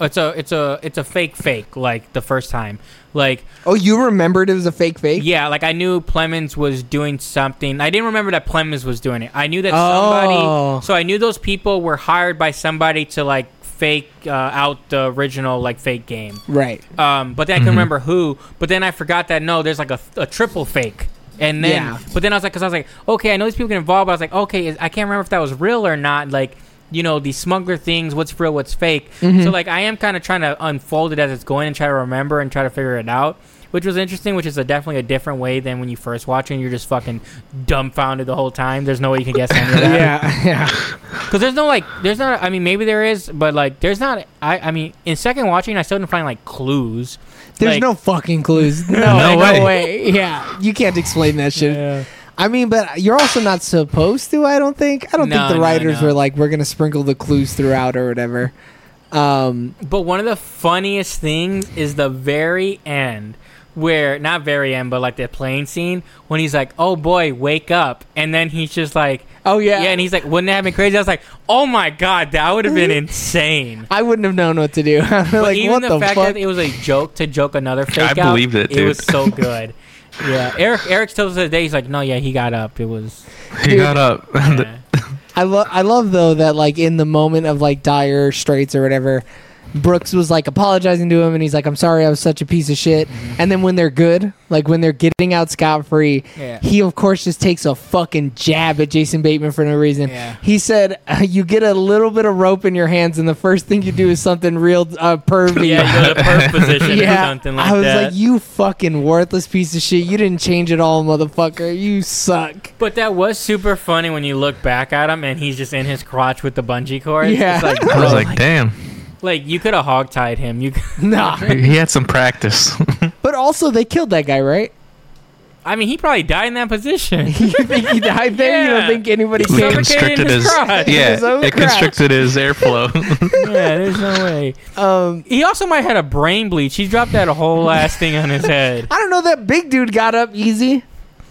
Speaker 1: It's a it's a it's a fake fake like the first time. Like
Speaker 2: Oh, you remembered it was a fake fake?
Speaker 1: yeah, like I knew Plemons was doing something. I didn't remember that Plemons was doing it. I knew that
Speaker 2: Oh.
Speaker 1: somebody. So I knew those people were hired by somebody to like fake uh, out the original like fake game.
Speaker 2: Right.
Speaker 1: <laughs> um, but then I
Speaker 2: Mm-hmm.
Speaker 1: can remember who. But then I forgot that no, there's like a, a triple fake. And then,
Speaker 2: Yeah.
Speaker 1: but then I was like, because I was like, okay, I know these people get involved. But I was like, okay, is, I can't remember if that was real or not. Like, you know, these smuggler things, what's real, what's fake.
Speaker 2: Mm-hmm.
Speaker 1: So like, I am kind of trying to unfold it as it's going and try to remember and try to figure it out. Which was interesting, which is a definitely a different way than when you first watch it. And you're just fucking dumbfounded the whole time. There's no way you can guess any
Speaker 2: <laughs>
Speaker 1: of that.
Speaker 2: Yeah. Yeah. <laughs>
Speaker 1: Because there's no like, there's not. I mean, maybe there is, but like, there's not. I, I mean, in second watching, I still didn't find like clues.
Speaker 2: There's
Speaker 1: Like-
Speaker 2: no fucking
Speaker 1: <laughs>
Speaker 2: clues. No, no,
Speaker 3: No
Speaker 2: way.
Speaker 3: way.
Speaker 2: Yeah, you can't explain that shit. I mean, but you're also not supposed to. I don't think. I don't
Speaker 1: No,
Speaker 2: think the
Speaker 1: no,
Speaker 2: writers
Speaker 1: no.
Speaker 2: were like, we're gonna sprinkle the clues throughout or whatever. Um,
Speaker 1: But one of the funniest things is the very end, where not very end, but like the plane scene when he's like, "Oh boy, wake up!" and then he's just like,
Speaker 2: oh yeah,
Speaker 1: "Yeah," and he's like, "Wouldn't that have been crazy?" I was like, "Oh my god, that would
Speaker 2: <laughs>
Speaker 1: have been insane."
Speaker 2: I wouldn't have known what to do. <laughs> like,
Speaker 1: But even
Speaker 2: what
Speaker 1: the,
Speaker 2: the,
Speaker 1: fact
Speaker 2: fuck?
Speaker 1: that it was a joke to joke another fake out,
Speaker 3: believed it, dude.
Speaker 1: was so good. yeah, Eric. Eric still says today he's like, "No, yeah, he got up. It was."
Speaker 3: He
Speaker 2: Dude.
Speaker 3: got up. <laughs>
Speaker 1: yeah.
Speaker 2: I love. I love though that like in the moment of like dire straits or whatever. Brooks was like apologizing to him, and he's like, "I'm sorry, I was such a piece of shit."
Speaker 1: Mm-hmm.
Speaker 2: And then when they're good, like when they're getting out scot free,
Speaker 1: Yeah.
Speaker 2: he of course just takes a fucking jab at Jason Bateman for no reason.
Speaker 1: Yeah.
Speaker 2: He said, uh, "You get a little bit of rope in your hands, and the first thing you do is something real uh, pervy."
Speaker 1: Yeah, you go to
Speaker 3: <laughs>
Speaker 1: perf
Speaker 2: <laughs>
Speaker 1: position or
Speaker 2: Yeah.
Speaker 1: something like
Speaker 2: I was
Speaker 1: that.
Speaker 2: like, "You fucking worthless piece of shit! You didn't change at all, motherfucker! You suck!"
Speaker 1: But that was super funny when you look back at him and he's just in his crotch with the bungee cord.
Speaker 2: Yeah.
Speaker 1: It's like,
Speaker 3: <laughs> I
Speaker 1: bro,
Speaker 3: was
Speaker 1: like,
Speaker 3: like, damn,
Speaker 1: like, you could have hogtied him. You,
Speaker 2: Nah.
Speaker 3: he had some practice. <laughs>
Speaker 2: But also, they killed that guy, right?
Speaker 1: <laughs>
Speaker 2: <laughs>
Speaker 1: I mean, he probably died in that position.
Speaker 2: you think he died there? You don't
Speaker 1: Yeah.
Speaker 2: think anybody
Speaker 1: He
Speaker 3: it
Speaker 2: came?
Speaker 1: suffocated
Speaker 3: constricted
Speaker 1: his
Speaker 3: his,
Speaker 1: crotch.
Speaker 3: yeah,
Speaker 2: His own
Speaker 3: it
Speaker 2: crotch.
Speaker 3: constricted his airflow.
Speaker 1: yeah, there's no way.
Speaker 2: Um,
Speaker 1: He also might have had a brain bleach. He dropped that whole ass thing on his head.
Speaker 2: I don't know. That big dude got up easy.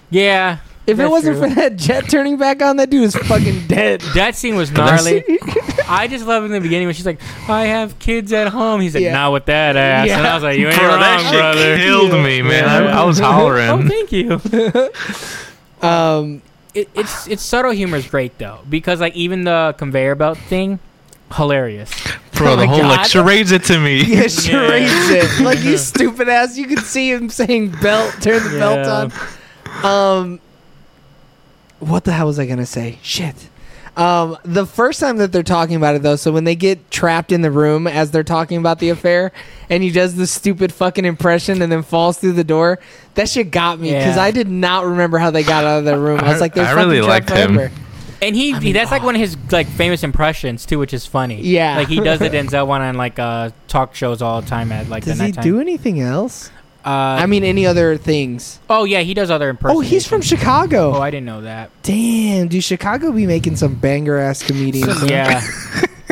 Speaker 1: Yeah.
Speaker 2: If it
Speaker 1: that's
Speaker 2: wasn't
Speaker 1: true.
Speaker 2: for that jet turning back on, that dude is fucking dead.
Speaker 1: That scene was
Speaker 3: that's-
Speaker 1: gnarly. I just love in the beginning when she's like, "I have kids at home." He's like,
Speaker 2: Yeah.
Speaker 1: "Not with that ass," and
Speaker 2: Yeah.
Speaker 1: I was like, <laughs> "You ain't
Speaker 3: Bro,
Speaker 1: wrong,
Speaker 3: that shit
Speaker 1: brother."
Speaker 3: killed me, man.
Speaker 1: <laughs>
Speaker 3: I, I was
Speaker 1: Oh,
Speaker 3: hollering.
Speaker 1: thank you.
Speaker 2: Um,
Speaker 1: it,
Speaker 2: <sighs>
Speaker 1: it's it's subtle humor is great though because like even the conveyor belt thing, hilarious.
Speaker 3: Bro,
Speaker 2: my
Speaker 3: the whole
Speaker 2: God.
Speaker 3: like charades it to
Speaker 2: <laughs>
Speaker 3: me.
Speaker 2: yeah,
Speaker 1: <laughs>
Speaker 2: sure
Speaker 1: Yeah.
Speaker 2: raised
Speaker 1: <laughs>
Speaker 2: it. Like you stupid ass. You could see him saying belt, turn the belt on. Um, what the hell was I gonna say? Shit. Um, the first time that they're talking about it though, so when they get trapped in the room as they're talking about the affair, and he does the stupid fucking impression and then falls through the door, that shit got me because
Speaker 1: Yeah.
Speaker 2: I did not remember how they got out of that room. I was
Speaker 3: I-
Speaker 2: like, they're
Speaker 3: I
Speaker 2: fucking
Speaker 3: really
Speaker 2: trapped
Speaker 3: liked him.
Speaker 2: forever.
Speaker 1: And he
Speaker 2: mean, oh.
Speaker 1: that's like one of his like famous impressions too, which is funny.
Speaker 2: Yeah.
Speaker 1: like he does the
Speaker 2: <laughs>
Speaker 1: Denzel one on like uh talk shows all the time at like
Speaker 2: Does
Speaker 1: the
Speaker 2: he
Speaker 1: nighttime.
Speaker 2: do anything else?
Speaker 1: Uh,
Speaker 2: I mean, any other things?
Speaker 1: oh yeah, he does other impressions.
Speaker 2: Oh, he's from Chicago.
Speaker 1: Oh, I didn't know
Speaker 2: <laughs>
Speaker 1: that.
Speaker 2: Damn, dude, Chicago be making some banger ass comedians.
Speaker 1: <laughs>
Speaker 2: huh?
Speaker 1: yeah.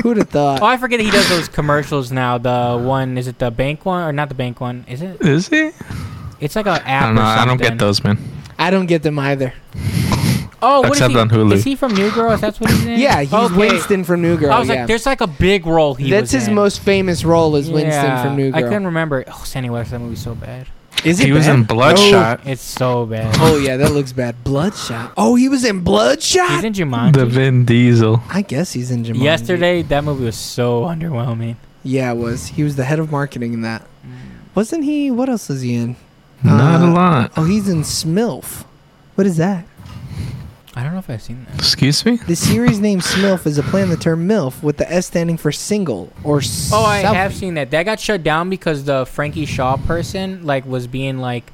Speaker 2: Who'd have
Speaker 1: Oh,
Speaker 2: thought?
Speaker 1: I forget that he does those commercials now. The one is it the bank one or not the bank one? Is it?
Speaker 3: Is he?
Speaker 1: It's like an
Speaker 3: I
Speaker 1: app.
Speaker 3: don't know.
Speaker 1: or
Speaker 3: I don't
Speaker 1: something.
Speaker 3: get those, man.
Speaker 2: I don't get them either.
Speaker 1: Oh, what is
Speaker 3: Except
Speaker 1: he?
Speaker 3: on Hulu.
Speaker 1: Is he from New Girl? Is that what his name?
Speaker 2: Yeah, he's
Speaker 1: Mm. Okay.
Speaker 2: Winston from New Girl.
Speaker 1: I was
Speaker 2: yeah.
Speaker 1: like, there's like a big role he
Speaker 2: That's
Speaker 1: was
Speaker 2: his
Speaker 1: in.
Speaker 2: most famous role is Winston
Speaker 1: Yeah,
Speaker 2: from New
Speaker 1: I
Speaker 2: Girl.
Speaker 1: couldn't remember. Oh, Sandy West, that movie's so bad.
Speaker 2: Is
Speaker 3: He was in
Speaker 2: Uh,
Speaker 3: Bloodshot,
Speaker 1: It's so
Speaker 2: <laughs>
Speaker 1: bad.
Speaker 2: Oh yeah, that looks bad. Bloodshot. Oh, he was in Bloodshot.
Speaker 1: He's in Jumanji.
Speaker 3: the Vin Diesel.
Speaker 2: I guess he's in Jumanji.
Speaker 1: Yesterday, that movie was so underwhelming.
Speaker 2: Yeah, it was. He was the head of marketing in that.
Speaker 1: Mm.
Speaker 2: Wasn't he? What else is he in?
Speaker 3: Not
Speaker 2: Uh,
Speaker 3: a lot.
Speaker 2: Oh, he's in Smilf. What is that?
Speaker 1: I don't know if I've seen that.
Speaker 3: Excuse me.
Speaker 2: The series name Smilf is a play on the term MILF with the S standing for single or
Speaker 1: Oh, I
Speaker 2: something.
Speaker 1: have seen that. That got shut down because the Frankie Shaw person like was being like,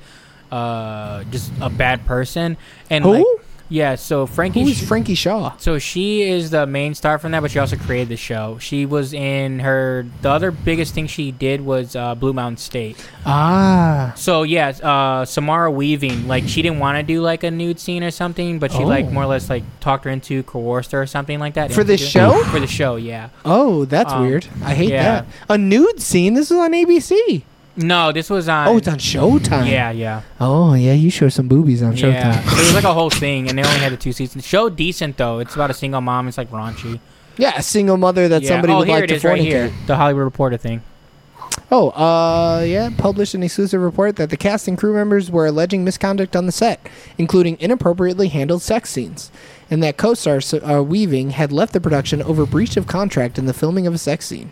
Speaker 1: uh, just a bad person. And
Speaker 2: Who?
Speaker 1: like, yeah, so Frankie.
Speaker 2: Who is
Speaker 1: Sh-
Speaker 2: Frankie Shaw?
Speaker 1: so she is the main star from that, but she also created the show. She was in her. The other biggest thing she did was uh, Blue Mountain State.
Speaker 2: Ah.
Speaker 1: So yeah, uh, Samara Weaving, like she didn't want to do like a nude scene or something, but she
Speaker 2: Oh.
Speaker 1: like more or less like talked her into, coerced her or something like that.
Speaker 2: For
Speaker 1: into
Speaker 2: the
Speaker 1: doing-
Speaker 2: show?
Speaker 1: For the show, yeah.
Speaker 2: Oh, that's
Speaker 1: Um,
Speaker 2: weird. I hate
Speaker 1: yeah.
Speaker 2: that. A nude scene. This is on ABC.
Speaker 1: No, this was on.
Speaker 2: Oh, it's on Showtime.
Speaker 1: Yeah, yeah,
Speaker 2: Oh yeah, you show some boobies on
Speaker 1: yeah.
Speaker 2: Showtime.
Speaker 1: It
Speaker 2: <laughs>
Speaker 1: was like a whole thing, and they only had the two seasons. Show decent though. It's about a single mom. It's like raunchy.
Speaker 2: Yeah, a single mother that
Speaker 1: yeah.
Speaker 2: somebody
Speaker 1: oh,
Speaker 2: would
Speaker 1: here
Speaker 2: like
Speaker 1: it
Speaker 2: to
Speaker 1: is right
Speaker 2: fornicate.
Speaker 1: here. The Hollywood Reporter thing.
Speaker 2: Oh, uh, yeah, published an exclusive report that the cast and crew members were alleging misconduct on the set, including inappropriately handled sex scenes, and that co-star uh, Weaving had left the production over breach of contract in the filming of a sex scene.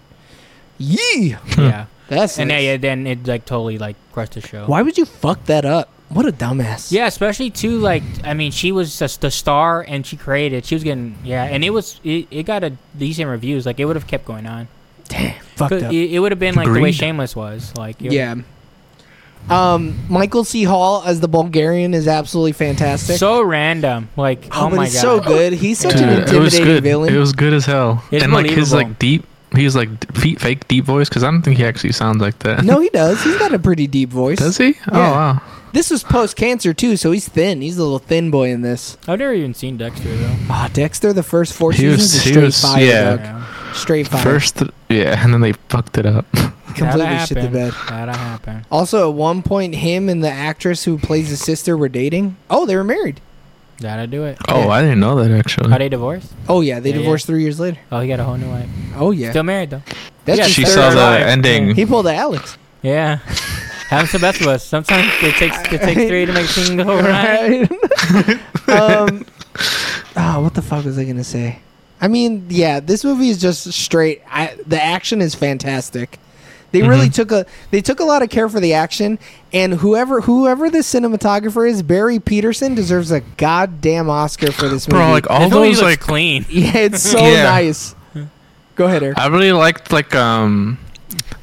Speaker 2: Yee!
Speaker 1: yeah,
Speaker 2: That's
Speaker 1: and
Speaker 2: nice.
Speaker 1: then, yeah, then it like totally like crushed the show.
Speaker 2: Why would you fuck that up? What a dumbass.
Speaker 1: Yeah, especially too. Like, I mean, she was just the star, and she created. She was getting yeah, and it was it, it got a decent reviews. Like, it would have kept going on.
Speaker 2: Damn, fucked
Speaker 1: 'Cause
Speaker 2: up.
Speaker 1: It, it would have been like the way
Speaker 3: Agreed.
Speaker 1: Shameless was. Like, it-
Speaker 2: yeah. Um, Michael C. Hall as the Bulgarian is absolutely fantastic.
Speaker 1: so random. Like,
Speaker 2: oh,
Speaker 1: oh,
Speaker 2: but
Speaker 1: my
Speaker 2: he's
Speaker 1: god,
Speaker 2: so good. He's such an
Speaker 3: Dude, it was
Speaker 2: intimidating
Speaker 3: good.
Speaker 2: villain.
Speaker 3: It was good as hell.
Speaker 1: It's
Speaker 3: and like his
Speaker 1: believable.
Speaker 3: like deep, he was like d- fe- fake deep voice because I don't think he actually sounds like that.
Speaker 2: no, he does. He's got a pretty deep voice.
Speaker 3: does he? Oh
Speaker 2: Yeah.
Speaker 3: wow.
Speaker 2: This was post cancer too, so he's thin. He's a little thin boy in this.
Speaker 1: I've never even seen Dexter though.
Speaker 2: Ah, Dexter, the first four
Speaker 3: He
Speaker 2: seasons
Speaker 3: was-
Speaker 2: was
Speaker 3: he
Speaker 2: straight
Speaker 3: was-
Speaker 2: fire,
Speaker 3: yeah.
Speaker 2: dog.
Speaker 1: Yeah.
Speaker 2: Straight fire.
Speaker 3: First, th- yeah, and then they fucked it up.
Speaker 2: completely
Speaker 1: That'll
Speaker 2: shit the
Speaker 1: happen.
Speaker 2: bed.
Speaker 1: That'll happen.
Speaker 2: Also, at one point, him and the actress who plays his sister were dating. Oh, they were married.
Speaker 1: That'll do it.
Speaker 3: Oh, I didn't know that actually.
Speaker 1: Are they divorced?
Speaker 2: Oh yeah, they
Speaker 1: Yeah, yeah.
Speaker 2: divorced three years later.
Speaker 1: Oh, he got a whole new wife.
Speaker 2: Oh yeah,
Speaker 1: Still married though.
Speaker 2: that's
Speaker 1: yeah,
Speaker 2: his
Speaker 3: she
Speaker 2: third
Speaker 3: saw the
Speaker 2: wife.
Speaker 1: Yeah.
Speaker 3: ending.
Speaker 2: He pulled the Alex.
Speaker 1: Yeah. <laughs> Happens to the best of us. Sometimes it takes it takes three to make things go
Speaker 2: <laughs>
Speaker 1: right.
Speaker 2: um, ah, what the fuck was I gonna say? I mean, yeah, this movie is just straight. I, the action is fantastic. They
Speaker 3: Mm-hmm.
Speaker 2: really took a they took a lot of care for the action, and whoever whoever the cinematographer is, Barry Peterson deserves a goddamn Oscar for this movie.
Speaker 3: Bro, like all
Speaker 1: This movie
Speaker 3: those
Speaker 1: looks
Speaker 3: like
Speaker 1: clean.
Speaker 2: <laughs> yeah, it's so
Speaker 3: Yeah.
Speaker 2: nice. Go ahead, Eric.
Speaker 3: I really liked like um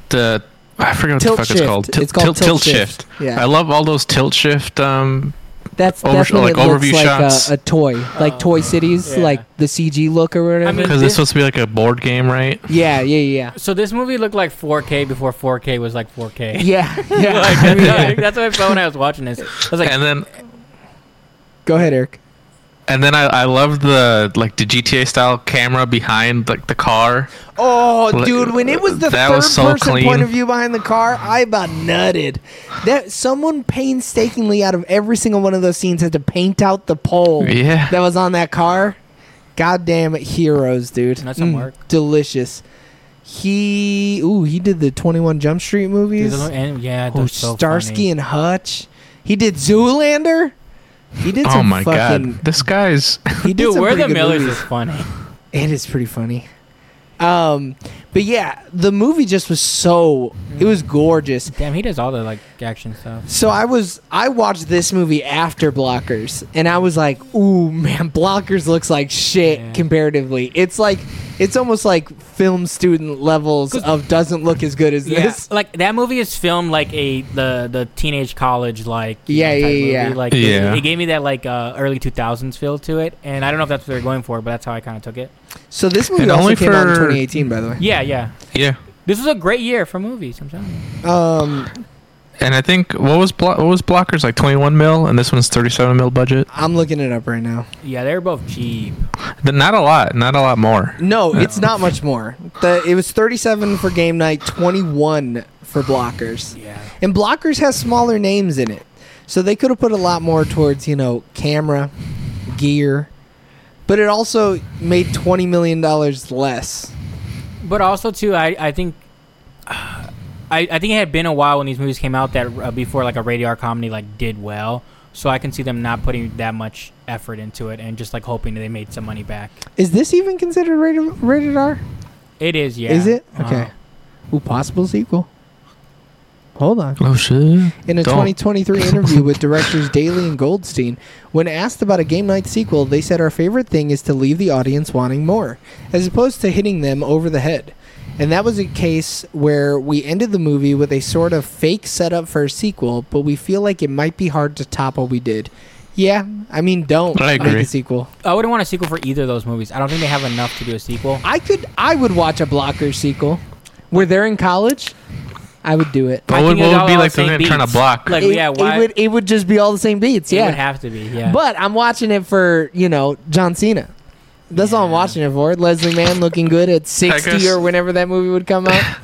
Speaker 3: the I forget what
Speaker 2: Tilt
Speaker 3: the fuck
Speaker 2: shift.
Speaker 3: it's called. Til-
Speaker 2: it's called
Speaker 3: til- tilt, shift. I
Speaker 2: Yeah,
Speaker 3: love all those tilt shift. Um,
Speaker 2: that's
Speaker 3: Over-
Speaker 2: that's when
Speaker 3: like
Speaker 2: it looks
Speaker 3: overview
Speaker 2: like
Speaker 3: shots.
Speaker 2: A, a toy, like Toy Cities,
Speaker 1: Oh, yeah.
Speaker 2: like the CG look or whatever.
Speaker 1: mean-
Speaker 3: because
Speaker 1: Yeah.
Speaker 3: it's supposed to be like a board game, right?
Speaker 2: yeah, yeah, yeah,
Speaker 1: So this movie looked like 4K before 4K was like <laughs> 4K.
Speaker 2: yeah, yeah. <laughs>
Speaker 1: Like,
Speaker 2: yeah.
Speaker 1: I mean, like, that's what I felt when I was watching this. I
Speaker 2: <laughs>
Speaker 1: was like,
Speaker 3: and then
Speaker 2: Go ahead, Eric.
Speaker 3: and then I I loved the like the GTA style camera behind like the car.
Speaker 2: Oh,
Speaker 3: Like,
Speaker 2: dude, when it was the
Speaker 3: that
Speaker 2: third
Speaker 3: was so
Speaker 2: person
Speaker 3: clean.
Speaker 2: point of view behind the car, I about nutted. That someone painstakingly out of every single one of those scenes had to paint out the pole
Speaker 3: Yeah.
Speaker 2: that was on that car. Goddamn heroes, dude. Mm,
Speaker 1: That's some work.
Speaker 2: Delicious. He ooh, he did the Twenty One Jump Street
Speaker 1: Dude,
Speaker 2: movies.
Speaker 1: the little- and- yeah,
Speaker 2: Oh,
Speaker 1: that's so
Speaker 2: Starsky
Speaker 1: funny.
Speaker 2: and Hutch. He did Zoolander. He did some
Speaker 3: oh
Speaker 1: <laughs>
Speaker 3: my
Speaker 2: fucking.
Speaker 3: god, this <laughs> guy's
Speaker 2: He did
Speaker 1: Dude,
Speaker 2: some
Speaker 1: where
Speaker 2: pretty
Speaker 1: the
Speaker 2: good
Speaker 1: Millers
Speaker 2: movies.
Speaker 1: is funny.
Speaker 2: It is pretty funny. Um, but yeah, the movie just was so it was gorgeous.
Speaker 1: Damn, he does all the like action stuff.
Speaker 2: So I was I watched this movie after Blockers and I was like, "Ooh, man, <laughs> Blockers looks like shit
Speaker 1: Yeah.
Speaker 2: comparatively." It's like it's almost like film student levels of doesn't look as good as this.
Speaker 1: like that movie is filmed like a the the teenage college like you
Speaker 2: Yeah,
Speaker 1: know,
Speaker 2: yeah,
Speaker 1: type
Speaker 2: yeah,
Speaker 1: movie.
Speaker 2: yeah.
Speaker 1: like it-
Speaker 3: Yeah.
Speaker 1: It, gave me that like uh, early two thousands feel to it, and I don't know if that's what they're going for, but that's how I kind of took it.
Speaker 2: So this movie
Speaker 3: And
Speaker 2: also
Speaker 3: only
Speaker 2: came out in
Speaker 3: for-
Speaker 2: 2018, by the way.
Speaker 1: Yeah, yeah.
Speaker 3: yeah.
Speaker 1: This was a great year for movies. I'm telling you.
Speaker 2: Um,
Speaker 3: And I think what was blo- what was blockers like twenty one mil, and this one's thirty seven mil budget.
Speaker 2: I'm looking it up right now.
Speaker 1: Yeah, they're both cheap.
Speaker 3: Th- Not a lot, not a lot more.
Speaker 2: No, it's not much more. The, it was 37 for game night, 21 for Blockers.
Speaker 1: Yeah.
Speaker 2: And Blockers has smaller names in it. So they could have put a lot more towards, you know, camera, gear. But it also made $20 million less.
Speaker 1: But also too, I I think. <sighs> I, I think it had been a while when these movies came out that uh, before like a radar comedy like did well, so I can see them not putting that much effort into it and just like hoping that they made some money back.
Speaker 2: Is this even considered rated, rated R?
Speaker 1: It is, yeah.
Speaker 2: Is it?
Speaker 1: Uh-huh.
Speaker 2: Okay. Ooh, possible sequel. Hold on.
Speaker 3: Oh shit!
Speaker 2: In a
Speaker 3: Don't. <laughs>
Speaker 2: 2023 interview with directors Daly and Goldstein, when asked about a game night sequel, they said our favorite thing is to leave the audience wanting more, as opposed to hitting them over the head. And that was a case where we ended the movie with a sort of fake setup for a sequel, but we feel like it might be hard to top what we did. Yeah, I mean, don't
Speaker 3: I
Speaker 2: make
Speaker 3: agree.
Speaker 2: a sequel.
Speaker 1: I wouldn't want a sequel for either of those movies. I don't think they have enough to do a sequel.
Speaker 2: I could, I would watch a blocker sequel. Were they in college? I would do it.
Speaker 3: What
Speaker 1: I
Speaker 3: would-
Speaker 1: think it
Speaker 3: what
Speaker 1: was
Speaker 3: would
Speaker 1: all
Speaker 3: be
Speaker 1: on
Speaker 3: like
Speaker 1: the same
Speaker 3: the man trying to
Speaker 1: beats.
Speaker 3: block?
Speaker 1: Like,
Speaker 2: it,
Speaker 1: yeah,
Speaker 2: it
Speaker 1: why? It
Speaker 2: would, it would just be all the same beats. Yeah,
Speaker 1: would have to be, yeah.
Speaker 2: But I'm watching it for, you know, John Cena. That's all I'm
Speaker 1: Yeah.
Speaker 3: <laughs>
Speaker 2: watching it for. Leslie Mann looking good at 60
Speaker 3: guess- <laughs>
Speaker 2: or whenever that movie would come out.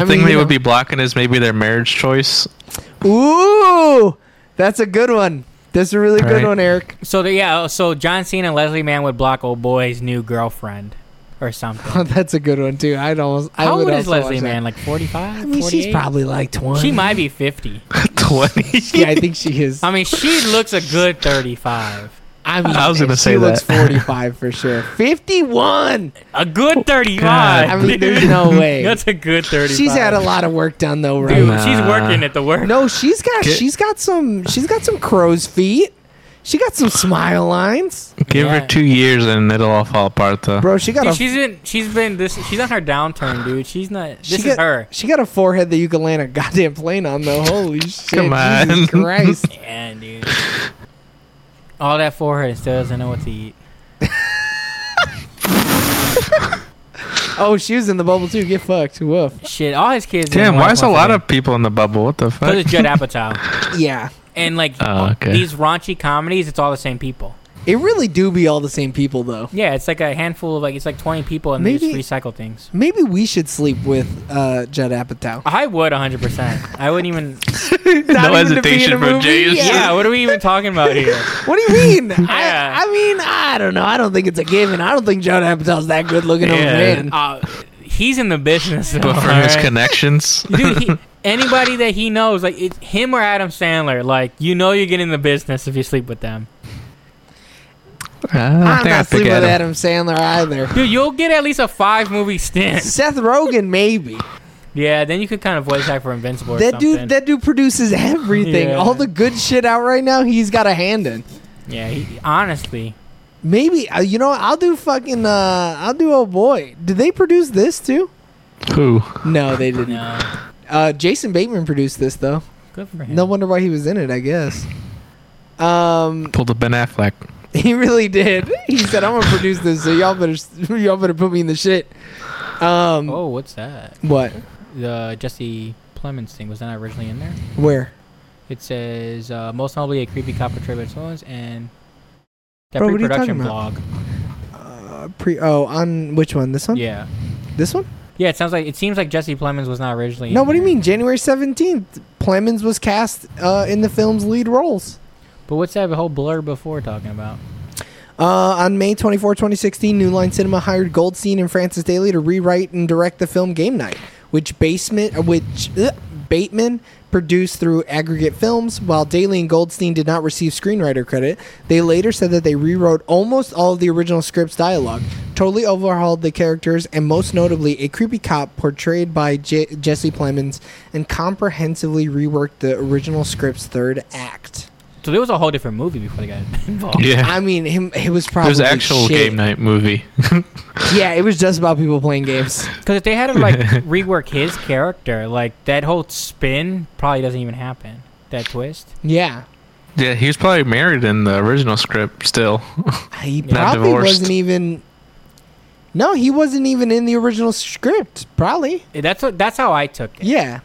Speaker 2: I mean,
Speaker 3: thing they
Speaker 2: you know.
Speaker 3: would be blocking is maybe their marriage choice. <laughs>
Speaker 2: Ooh, that's a good one. That's a really good
Speaker 3: Right.
Speaker 2: one, Eric. <laughs>
Speaker 1: So the, yeah, so John Cena and Leslie Mann would block old boy's new girlfriend or something.
Speaker 2: that's a good one too. I'd almost. <laughs> I
Speaker 1: How
Speaker 2: would
Speaker 1: old is
Speaker 2: also watch
Speaker 1: Leslie
Speaker 2: that.
Speaker 1: Mann? Like 45?
Speaker 2: I mean, she's
Speaker 1: 48?
Speaker 2: probably like twenty.
Speaker 1: She might be 50.
Speaker 3: Twenty.
Speaker 2: <laughs> yeah, I think she
Speaker 1: <laughs>
Speaker 2: is.
Speaker 1: I mean, she looks a good 35.
Speaker 2: I mean,
Speaker 3: I was gonna
Speaker 2: she
Speaker 3: say
Speaker 2: looks
Speaker 3: that. <laughs>
Speaker 2: forty-five for sure. Fifty-one.
Speaker 1: A good 35.
Speaker 3: Oh, God.
Speaker 2: I
Speaker 1: <laughs>
Speaker 2: mean, there's no way.
Speaker 1: That's a good 35.
Speaker 2: She's had a lot of work done though, right?
Speaker 1: Dude,
Speaker 3: Nah.
Speaker 1: she's working at the work.
Speaker 2: No, she's got
Speaker 3: Get-
Speaker 2: she's got some she's got some crow's feet. She got some smile lines,
Speaker 3: Give
Speaker 1: Yeah.
Speaker 3: her two years and it'll all fall apart though.
Speaker 2: bro. She got
Speaker 1: Dude,
Speaker 2: a
Speaker 1: she's in. She's been this. She's on her downturn, dude. She's not. This
Speaker 2: she
Speaker 1: is
Speaker 2: got,
Speaker 1: her.
Speaker 2: She got a forehead that you can land a goddamn plane on though. Holy shit!
Speaker 3: Come on.
Speaker 2: Jesus Christ.
Speaker 3: <laughs>
Speaker 1: Yeah, dude. All that forehead and still doesn't know what to eat.
Speaker 2: Oh, she was in the bubble too. Get fucked. Woof.
Speaker 1: Shit, all his kids.
Speaker 3: Damn, why is a lot of people in the bubble? What the
Speaker 1: Because
Speaker 3: <laughs> fuck?
Speaker 1: it's Judd Apatow,
Speaker 2: Yeah,
Speaker 1: and like
Speaker 3: Oh, okay.
Speaker 1: these raunchy comedies, it's all the same people.
Speaker 2: it really do be all the same people though.
Speaker 1: Yeah, it's like a handful of like it's like twenty people, and they
Speaker 2: Maybe-
Speaker 1: just recycle things.
Speaker 2: Maybe we should sleep with uh, Judd Apatow.
Speaker 1: I would hundred percent. I wouldn't even.
Speaker 2: Not
Speaker 3: no
Speaker 2: even to be in a
Speaker 3: hesitation from
Speaker 2: movie?
Speaker 3: James.
Speaker 2: Yeah.
Speaker 1: Yeah, what are we even talking about
Speaker 3: <laughs>
Speaker 1: here?
Speaker 2: What do you mean?
Speaker 1: Yeah.
Speaker 2: I, I mean, I don't know. I don't think it's a given. I don't think Judd Apatow's that good looking of a
Speaker 3: Yeah.
Speaker 2: man.
Speaker 1: Uh, he's in the business. Though,
Speaker 3: But for
Speaker 1: all
Speaker 3: his
Speaker 1: right?
Speaker 3: connections, <laughs>
Speaker 1: dude. He, anybody that he knows, like it's him or Adam Sandler, like you know you're getting the business if you sleep with them.
Speaker 3: I
Speaker 2: I'm
Speaker 3: think I
Speaker 2: not
Speaker 3: pick
Speaker 2: sleeping with Adam
Speaker 3: Adam.
Speaker 2: Sandler either.
Speaker 1: Dude, you'll get at least a five movie
Speaker 2: <laughs>
Speaker 1: stint.
Speaker 2: Seth Rogen, maybe.
Speaker 1: Yeah, then you could kind of voice act for Invincible or
Speaker 2: That
Speaker 1: something.
Speaker 2: dude, that dude <laughs> produces everything.
Speaker 1: Yeah.
Speaker 2: All the good shit out right now, he's got a hand in.
Speaker 1: yeah, he, honestly,
Speaker 2: Maybe uh, you know, I'll do fucking, uh, I'll do. Oh boy, did they produce this too?
Speaker 3: Who?
Speaker 2: No, they didn't.
Speaker 1: no.
Speaker 2: <laughs> Uh, Jason Bateman produced this though.
Speaker 1: Good for him.
Speaker 2: No wonder why he was in it. I guess. Um, <laughs>
Speaker 3: Pulled a Ben Affleck.
Speaker 2: He really did. He said, "I'm gonna produce this, so y'all better <laughs> y'all better put me in the shit." Um,
Speaker 1: Oh, what's that?
Speaker 2: what?
Speaker 1: The Jesse Plemons thing was that not originally in there?
Speaker 2: Where?
Speaker 1: It says uh, most notably a creepy cop portrayed by Solons and that
Speaker 2: Bro, what are you
Speaker 1: pre-production
Speaker 2: talking
Speaker 1: blog.
Speaker 2: Uh, pre? Oh, on which one? This one?
Speaker 1: Yeah,
Speaker 2: This one?
Speaker 1: yeah. It sounds like it seems like Jesse Plemons was not originally.
Speaker 2: No.
Speaker 1: in
Speaker 2: What do you
Speaker 1: there.
Speaker 2: mean? January seventeenth. Plemons was cast uh, in the film's lead roles.
Speaker 1: But what's that whole blur before talking about?
Speaker 2: Uh, on May 24, 2016, New Line Cinema hired Goldstein and Francis Daly to rewrite and direct the film Game Night, which basement, uh, which ugh, Bateman produced through Aggregate Films. While Daly and Goldstein did not receive screenwriter credit, they later said that they rewrote almost all of the original script's dialogue, totally overhauled the characters, and most notably, a creepy cop portrayed by J- Jesse Plemons, and comprehensively reworked the original script's third act.
Speaker 1: So there was a whole different movie before they got <laughs> involved.
Speaker 3: Yeah,
Speaker 2: I mean, him, it was
Speaker 3: it
Speaker 2: probably
Speaker 3: was actual
Speaker 2: shit.
Speaker 3: game night movie.
Speaker 2: Yeah, it was just about people playing games.
Speaker 1: Because if they had to like rework his character, like that whole spin probably doesn't even happen. That twist.
Speaker 2: Yeah.
Speaker 3: <laughs> yeah, he was probably married in the original script still.
Speaker 2: He
Speaker 1: Not
Speaker 2: probably
Speaker 3: divorced.
Speaker 2: wasn't even No, he wasn't even in the original script, probably.
Speaker 1: Eh, That's what. That's how I took it.
Speaker 2: Yeah.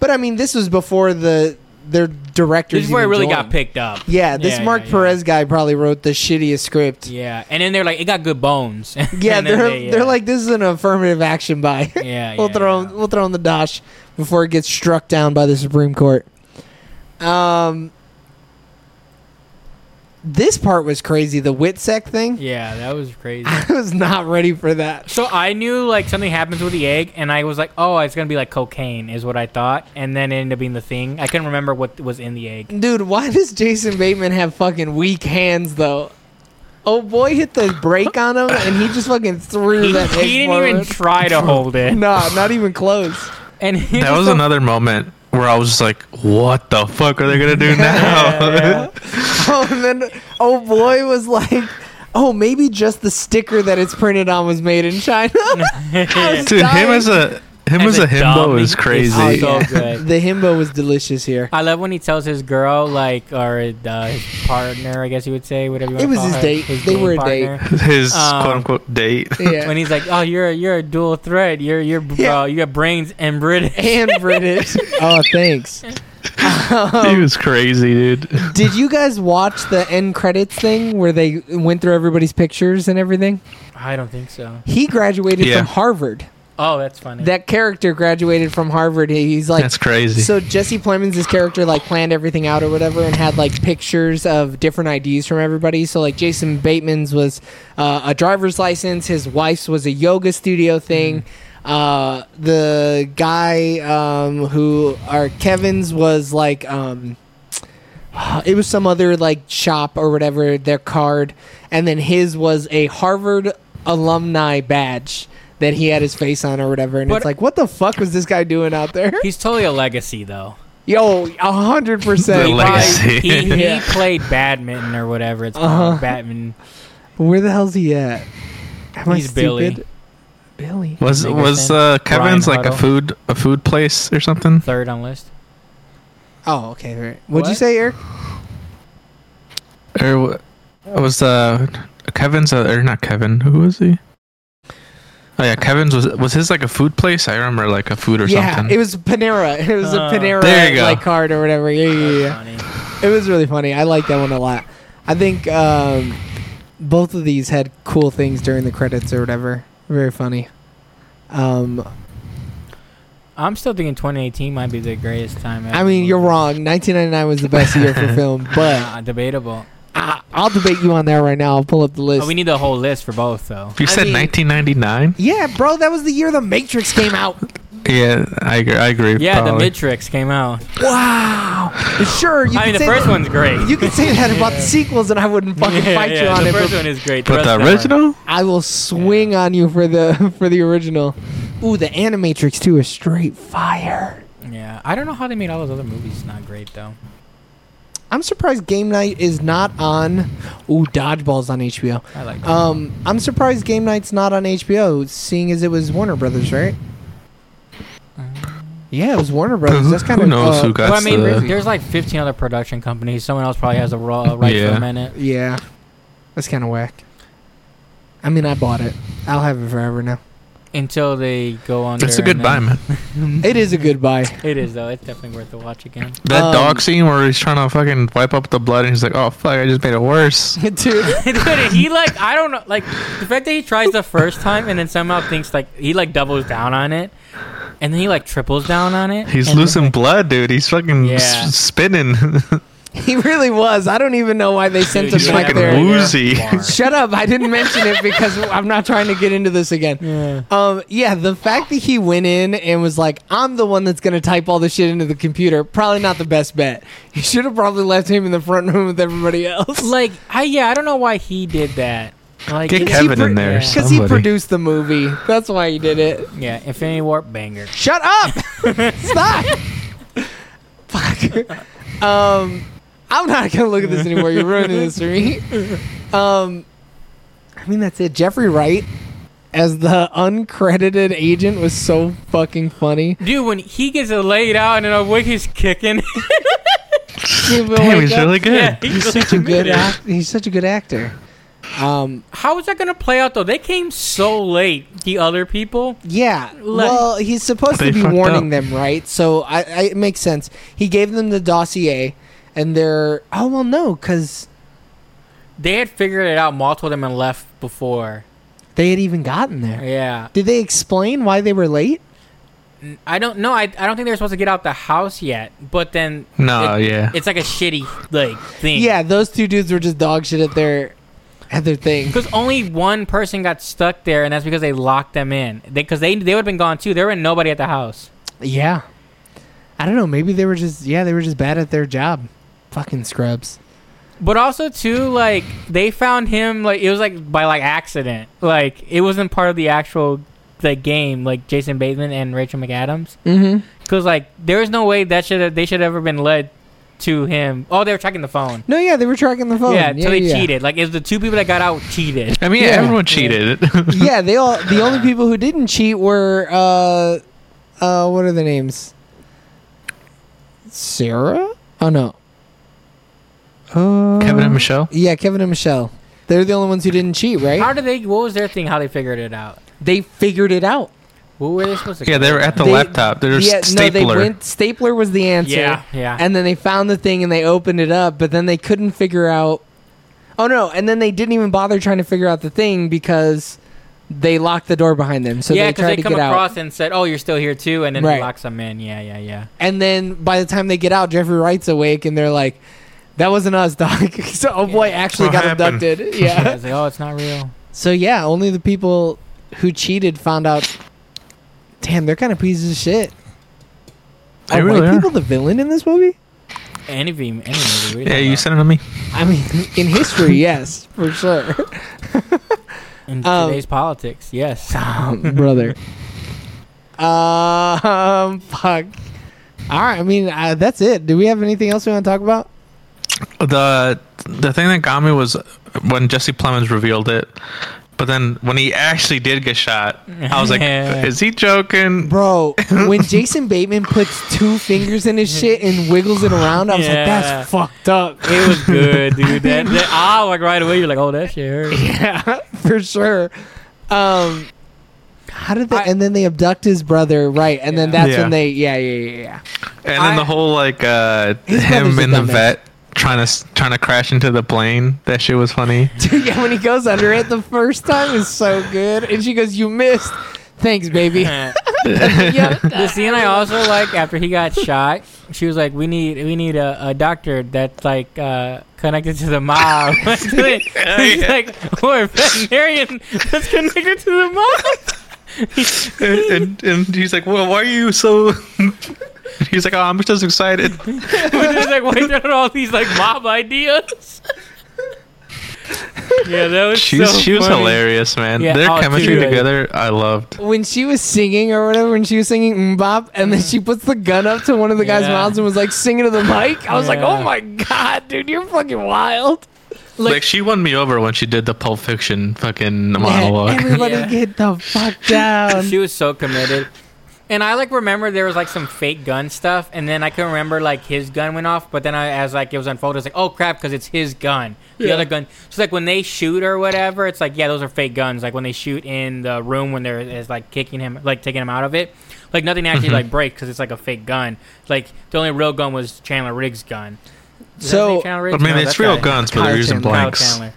Speaker 2: But I mean, this was before the their directors
Speaker 1: This is where it
Speaker 2: even
Speaker 1: really
Speaker 2: joined.
Speaker 1: got picked up.
Speaker 2: Yeah, this
Speaker 1: Yeah,
Speaker 2: Mark
Speaker 1: yeah, yeah.
Speaker 2: Perez guy probably wrote the shittiest script. Yeah,
Speaker 1: Yeah, and then they're like, it got good bones. <laughs> And then
Speaker 2: they're
Speaker 1: they,
Speaker 2: they're
Speaker 1: uh,
Speaker 2: like this is an affirmative action by.
Speaker 1: yeah,
Speaker 2: we'll
Speaker 1: yeah,
Speaker 2: throw
Speaker 1: yeah.
Speaker 2: him, we'll throw him the dosh before it gets struck down by the Supreme Court. Um this part was crazy, the Witsec thing. <laughs>
Speaker 1: Yeah, that was crazy.
Speaker 2: I was not ready for that.
Speaker 1: so I knew like something happens with the egg, and I was like, oh, it's gonna be like cocaine, is what I thought, and then it ended up being the thing. I couldn't remember what was in the egg.
Speaker 2: Dude, why does Jason Bateman have fucking weak hands though? Oh boy hit the brake on him and he just fucking threw
Speaker 1: He,
Speaker 2: that
Speaker 1: <laughs>
Speaker 2: egg
Speaker 1: he didn't
Speaker 2: forward.
Speaker 1: even try to hold it.
Speaker 2: <laughs> Nah, not even close.
Speaker 1: And
Speaker 3: that was another moment where I was just like, "What the fuck are they gonna do now?" <laughs>
Speaker 2: <laughs> Oh, and then oh boy was like, oh maybe just the sticker that it's printed on was made in China.
Speaker 1: another.
Speaker 3: Dude, him as
Speaker 2: <laughs>
Speaker 3: a him
Speaker 1: As
Speaker 3: as,
Speaker 1: a
Speaker 3: a, himbo
Speaker 1: dummy
Speaker 3: is
Speaker 1: is
Speaker 3: crazy.
Speaker 1: Oh, so good.
Speaker 2: the himbo was delicious
Speaker 3: <laughs>
Speaker 2: here.
Speaker 1: I love when he tells his girl, like, or uh, his partner, I guess you would say, whatever you want
Speaker 2: It was
Speaker 1: to call
Speaker 2: his
Speaker 1: her,
Speaker 2: date. They
Speaker 1: game
Speaker 2: were a date.
Speaker 3: His
Speaker 1: Um,
Speaker 3: quote unquote date.
Speaker 2: Yeah.
Speaker 1: When he's like, "Oh, you're a, you're a dual threat. You're you're
Speaker 2: Yeah.
Speaker 1: uh, you got brains and British."
Speaker 2: and
Speaker 3: <laughs>
Speaker 2: British. oh, thanks.
Speaker 3: he was crazy, dude.
Speaker 2: Did you guys watch the end credits thing where they went through everybody's pictures and everything?
Speaker 1: I don't think so.
Speaker 2: He graduated
Speaker 3: Yeah.
Speaker 2: from Harvard.
Speaker 1: Oh, that's funny.
Speaker 2: That character graduated from Harvard. He's like
Speaker 3: <laughs> That's crazy.
Speaker 2: So Jesse Plemons' his character like planned everything out or whatever, and had like pictures of different IDs from everybody. So like Jason Bateman's was uh, a driver's license. His wife's was a yoga studio thing. Uh, the guy um, who or Kevin's was like um, <sighs> it was some other like shop or whatever their card, and then his was a Harvard alumni badge. That he had his face on or whatever, and
Speaker 1: But-
Speaker 2: it's like, what the fuck was this guy doing out there?
Speaker 1: He's totally a legacy though.
Speaker 2: Yo, a hundred
Speaker 3: The
Speaker 2: percent.
Speaker 1: Probably-
Speaker 3: legacy.
Speaker 1: He, he
Speaker 2: <laughs> Yeah. Uh-huh.
Speaker 1: played badminton or whatever it's called. Badminton.
Speaker 2: Where the hell's he at? Am
Speaker 1: He's Billy.
Speaker 2: Billy.
Speaker 3: was
Speaker 1: Make
Speaker 3: was
Speaker 1: sense.
Speaker 3: uh, Kevin's
Speaker 1: Ryan
Speaker 3: like a
Speaker 1: Huddle.
Speaker 3: food a food place or something?
Speaker 1: Third on list.
Speaker 2: Oh, okay. Right. What'd you
Speaker 1: What?
Speaker 2: say, Eric?
Speaker 3: Or wa- was uh Kevin's uh or not Kevin? Who was he? Oh yeah, Kevin's was was his like a food place? I remember like a food or
Speaker 2: yeah,
Speaker 3: something.
Speaker 2: it was Panera. <laughs> It was
Speaker 1: Uh,
Speaker 2: a Panera
Speaker 3: There you go.
Speaker 2: like card or whatever. Yeah, yeah, yeah.
Speaker 1: Funny.
Speaker 2: It was really funny. I like that one a lot. I think um, both of these had cool things during the credits or whatever. Very funny. Um,
Speaker 1: I'm still thinking 2018 might be the greatest time. Ever.
Speaker 2: I mean, you're wrong. 1999 was the best year
Speaker 1: <laughs>
Speaker 2: for film, but
Speaker 1: Uh, debatable.
Speaker 2: I, I'll debate you on that right now. I'll pull up the list.
Speaker 1: Oh, we need the whole list for both though.
Speaker 3: you
Speaker 2: I
Speaker 3: said
Speaker 2: mean-
Speaker 3: 1999?
Speaker 2: yeah, bro, that was the year The Matrix came out.
Speaker 3: Yeah, I agree. I agree
Speaker 1: Yeah, the
Speaker 3: probably.
Speaker 1: Matrix came out.
Speaker 2: Wow. Sure. You
Speaker 1: I mean,
Speaker 2: could
Speaker 1: the
Speaker 2: say
Speaker 1: first
Speaker 2: that-
Speaker 1: one's great.
Speaker 2: You could say that about the sequels, and I wouldn't fucking
Speaker 1: <laughs> Yeah,
Speaker 2: fight
Speaker 1: yeah,
Speaker 2: you on
Speaker 1: the
Speaker 2: it.
Speaker 1: first
Speaker 2: but
Speaker 1: one is great. the
Speaker 3: But
Speaker 1: rest
Speaker 3: the
Speaker 1: of them are-
Speaker 3: original?
Speaker 2: I will swing on you for the <laughs> for the original. Ooh, the Animatrix Two is straight fire.
Speaker 1: Yeah, I don't know how they made all those other movies not great though.
Speaker 2: I'm surprised Game Night is not on. Ooh, Dodgeball's on HBO.
Speaker 1: I like. That.
Speaker 2: Um, I'm surprised Game Night's not on HBO, seeing as it was Warner Brothers, right? Yeah, it was Warner Brothers. That's kind
Speaker 3: who
Speaker 2: of
Speaker 3: knows
Speaker 2: uh,
Speaker 3: who got
Speaker 1: well, I mean,
Speaker 3: the-
Speaker 1: there's like 15 other production companies. Someone else probably has a raw right for
Speaker 3: Yeah.
Speaker 1: a minute.
Speaker 2: Yeah. That's kind of whack. I mean, I bought it. I'll have it forever now.
Speaker 1: until they go on.
Speaker 3: That's a good buy, man.
Speaker 2: It is a good buy.
Speaker 1: It is though. It's definitely worth the watch again.
Speaker 3: That
Speaker 2: Um,
Speaker 3: dog scene where he's trying to fucking wipe up the blood and he's like, "Oh fuck, I just made
Speaker 2: <laughs>
Speaker 3: it worse."
Speaker 2: Dude,
Speaker 1: <laughs> Dude, he like I don't know like the fact that he tries the first time and then somehow thinks like he like doubles down on it, and then he like triples down on it.
Speaker 3: He's
Speaker 1: and-
Speaker 3: losing blood, dude. He's fucking
Speaker 1: Yeah.
Speaker 3: s- <laughs> spinning.
Speaker 2: Oh he really was. I don't even know why they sent
Speaker 1: Dude,
Speaker 2: him
Speaker 3: He's
Speaker 1: you
Speaker 2: back
Speaker 1: have
Speaker 3: fucking
Speaker 1: a
Speaker 2: there.
Speaker 3: woozy. <laughs>
Speaker 1: bar.
Speaker 2: Shut up. I didn't mention it because I'm not trying to get into this again.
Speaker 1: Yeah.
Speaker 2: Um, yeah, the fact that he went in and was like, I'm the one that's going to type all this shit into the computer, probably not the best bet. You should have probably left him in the front room with everybody else.
Speaker 1: Like I yeah I don't know why he did that. Like
Speaker 3: Get
Speaker 1: it's-
Speaker 3: Kevin in there.
Speaker 1: Yeah.
Speaker 2: Because he
Speaker 3: Somebody.
Speaker 2: produced the movie. That's why he did it.
Speaker 1: Yeah, Infinity Warp banger.
Speaker 2: Shut
Speaker 3: <laughs>
Speaker 2: up! Stop! Fuck. Um, I'm not gonna look at this anymore. You're ruining this for me. Um, I mean that's it. Jeffrey Wright as the uncredited agent was so fucking
Speaker 3: <laughs>
Speaker 2: funny.
Speaker 1: Dude, when he gets laid out and a wig is kicking. <laughs>
Speaker 2: He'll
Speaker 3: Damn,
Speaker 2: wake
Speaker 3: he's
Speaker 2: up-
Speaker 3: really good.
Speaker 1: yeah,
Speaker 2: He's
Speaker 1: really
Speaker 2: such a
Speaker 3: <laughs>
Speaker 2: good.
Speaker 1: committed.
Speaker 2: Act- he's such a good actor. Um,
Speaker 1: How is that gonna play out though? They came so late. The other people.
Speaker 2: Yeah.
Speaker 1: Like-
Speaker 2: well, he's supposed
Speaker 3: They
Speaker 2: to be
Speaker 3: fucked
Speaker 2: warning
Speaker 3: up.
Speaker 2: them, right? So I, I, it makes sense. He gave them the dossier, and they're oh well, no, because
Speaker 1: They had figured it out. Multiple of them and left before.
Speaker 2: they had even gotten there.
Speaker 1: Yeah,
Speaker 2: Did they explain why they were late?
Speaker 1: I don't know. I, I don't think they're supposed to get out the house yet. But then
Speaker 3: No,
Speaker 1: it-
Speaker 3: yeah.
Speaker 1: it's like a shitty like thing.
Speaker 2: Yeah, those two dudes were just dog shit at their at
Speaker 1: <laughs>
Speaker 2: their thing.
Speaker 1: because only one person got stuck there, and that's because they locked them in. Because they they, would have been gone too. There were nobody at the house.
Speaker 2: Yeah. I don't know. Maybe they were just yeah, they were just bad at their job. Fucking scrubs.
Speaker 1: But also too, like they found him like it was like by like accident. Like it wasn't part of the actual like game. Like Jason Bateman and Rachel McAdams.
Speaker 2: Mm-hmm.
Speaker 1: Because like there is no way that should have they should have ever been led to him. Oh, they were tracking the phone.
Speaker 2: No, yeah, they were tracking the phone.
Speaker 1: yeah, so they
Speaker 2: Oh, yeah.
Speaker 1: cheated. Like it was the two people that got out cheated.
Speaker 3: I mean,
Speaker 2: Yeah.
Speaker 3: everyone cheated.
Speaker 2: <laughs>
Speaker 3: <laughs>
Speaker 2: yeah, they all the only people who didn't cheat were uh uh what are the names? Sarah? Oh no. Uh,
Speaker 3: Kevin and Michelle.
Speaker 2: Yeah, Kevin and Michelle. They're the only ones who didn't cheat, right?
Speaker 1: How did they? What was their thing? How they figured it out?
Speaker 2: they figured it out.
Speaker 1: What were they supposed to?
Speaker 3: Yeah, they were at the
Speaker 2: They-
Speaker 3: laptop. They were
Speaker 2: yeah,
Speaker 3: stapler.
Speaker 2: no, they went stapler was the answer.
Speaker 1: Yeah, yeah.
Speaker 2: And then they found the thing and they opened it up, but then they couldn't figure out Oh no, and then they didn't even bother trying to figure out the thing because they lock the door behind them, so
Speaker 1: yeah,
Speaker 2: they
Speaker 1: because
Speaker 2: try
Speaker 1: they
Speaker 2: to
Speaker 1: come
Speaker 2: get out.
Speaker 1: across and said, "Oh, you're still here too," and then
Speaker 2: Right.
Speaker 1: they lock some in. Yeah, yeah, yeah.
Speaker 2: And then by the time they get out, Jeffrey Wright's awake, and they're like, "That wasn't us, dog." <laughs> so, oh boy, actually
Speaker 3: What
Speaker 2: got
Speaker 3: happened? <laughs>
Speaker 2: abducted.
Speaker 1: yeah.
Speaker 2: Yeah.
Speaker 1: it's like, oh, it's not real.
Speaker 2: so yeah, only the people who cheated found out. Damn, they're kind of pieces of shit.
Speaker 3: They
Speaker 2: are
Speaker 3: really
Speaker 2: white
Speaker 3: are.
Speaker 2: people the villain in this movie?
Speaker 1: Any of you- any of
Speaker 3: Yeah, you
Speaker 1: said
Speaker 3: sent it to me.
Speaker 2: I mean, in <laughs> history, yes, for sure.
Speaker 1: in
Speaker 2: um,
Speaker 1: today's politics.
Speaker 2: <laughs>
Speaker 1: Yes.
Speaker 2: Um, brother. um, fuck. All right. I mean, uh, that's it. Do we have anything else we want to talk about?
Speaker 3: the the thing that got me was when Jesse Plemons revealed it. But then when he actually did get shot,
Speaker 2: <laughs>
Speaker 3: I was like,
Speaker 1: Yeah.
Speaker 3: "Is he joking?"
Speaker 2: Bro, when Jason Bateman puts two fingers in his shit and wiggles it around, I was like,
Speaker 1: Yeah.
Speaker 2: that's fucked up.
Speaker 1: It was good, dude. That, that ah, like right away, you're like, oh, that shit hurt.
Speaker 2: <laughs> <laughs> yeah, for sure. Um, how did they?
Speaker 1: I-
Speaker 2: and then they abduct his brother, right? And then
Speaker 1: Yeah.
Speaker 2: that's
Speaker 3: Yeah.
Speaker 2: when they, yeah, yeah, yeah, yeah.
Speaker 3: And then
Speaker 1: I-
Speaker 3: the whole like uh,
Speaker 2: His
Speaker 3: him
Speaker 2: brother's a
Speaker 3: and the
Speaker 2: dumbass.
Speaker 3: vet trying to s- trying to crash into the plane. That shit was funny.
Speaker 2: Dude, <laughs> yeah, when he goes under it the first time is so good, and she goes, "You missed." Thanks, baby. yeah,
Speaker 1: The scene I also like after he got shot, she was like, "We need, we need a, a doctor that's like uh, connected to the mob." <laughs>
Speaker 3: <laughs>
Speaker 1: He's like, "Or a veterinarian that's connected to the mob." <laughs>
Speaker 3: and, and, and he's like, "Well, why are you so?" <laughs> he's like, "Oh, I'm just excited."
Speaker 1: We're just like wiping out all these like mob ideas. <laughs> yeah, that was
Speaker 3: <laughs> She's
Speaker 1: so
Speaker 3: she was
Speaker 1: funny.
Speaker 3: hilarious, man.
Speaker 1: Yeah,
Speaker 3: Their
Speaker 1: oh,
Speaker 3: chemistry
Speaker 1: dude.
Speaker 3: together, I
Speaker 2: <laughs>
Speaker 3: loved.
Speaker 2: when she was singing or whatever, when she was singing "Mbop," and then she puts the gun up to one of the guys'
Speaker 1: Mm. Yeah.
Speaker 2: mouths and was like singing to the mic. I was like,
Speaker 1: Yeah.
Speaker 2: "Oh my god, dude, you're fucking wild!"
Speaker 3: Like, she won me over when she did the Pulp Fiction fucking monologue.
Speaker 2: Everybody
Speaker 1: Yeah.
Speaker 2: get the fuck
Speaker 1: <laughs>
Speaker 2: down.
Speaker 1: She was so committed. And I like remember there was like some fake gun stuff, and then I couldn't remember like his gun went off. But then I, as like it was unfolded, it's like oh crap, because it's his gun. The
Speaker 2: Yeah.
Speaker 1: other gun. So like when they shoot or whatever, it's like yeah, those are fake guns. Like when they shoot in the room when there is like kicking him, like taking him out of it, like nothing actually
Speaker 2: Mm-hmm.
Speaker 1: like breaks because it's like a fake gun. Like the only real gun was Chandler Riggs' gun. Is that his
Speaker 2: So-
Speaker 1: name, Chandler
Speaker 3: I
Speaker 1: Riggs?
Speaker 3: mean,
Speaker 1: No,
Speaker 3: it's
Speaker 1: that
Speaker 3: real
Speaker 1: guy.
Speaker 3: guns, but
Speaker 2: Kyle
Speaker 3: they're using
Speaker 2: Chandler.
Speaker 1: Kyle
Speaker 3: blanks.
Speaker 1: Chandler.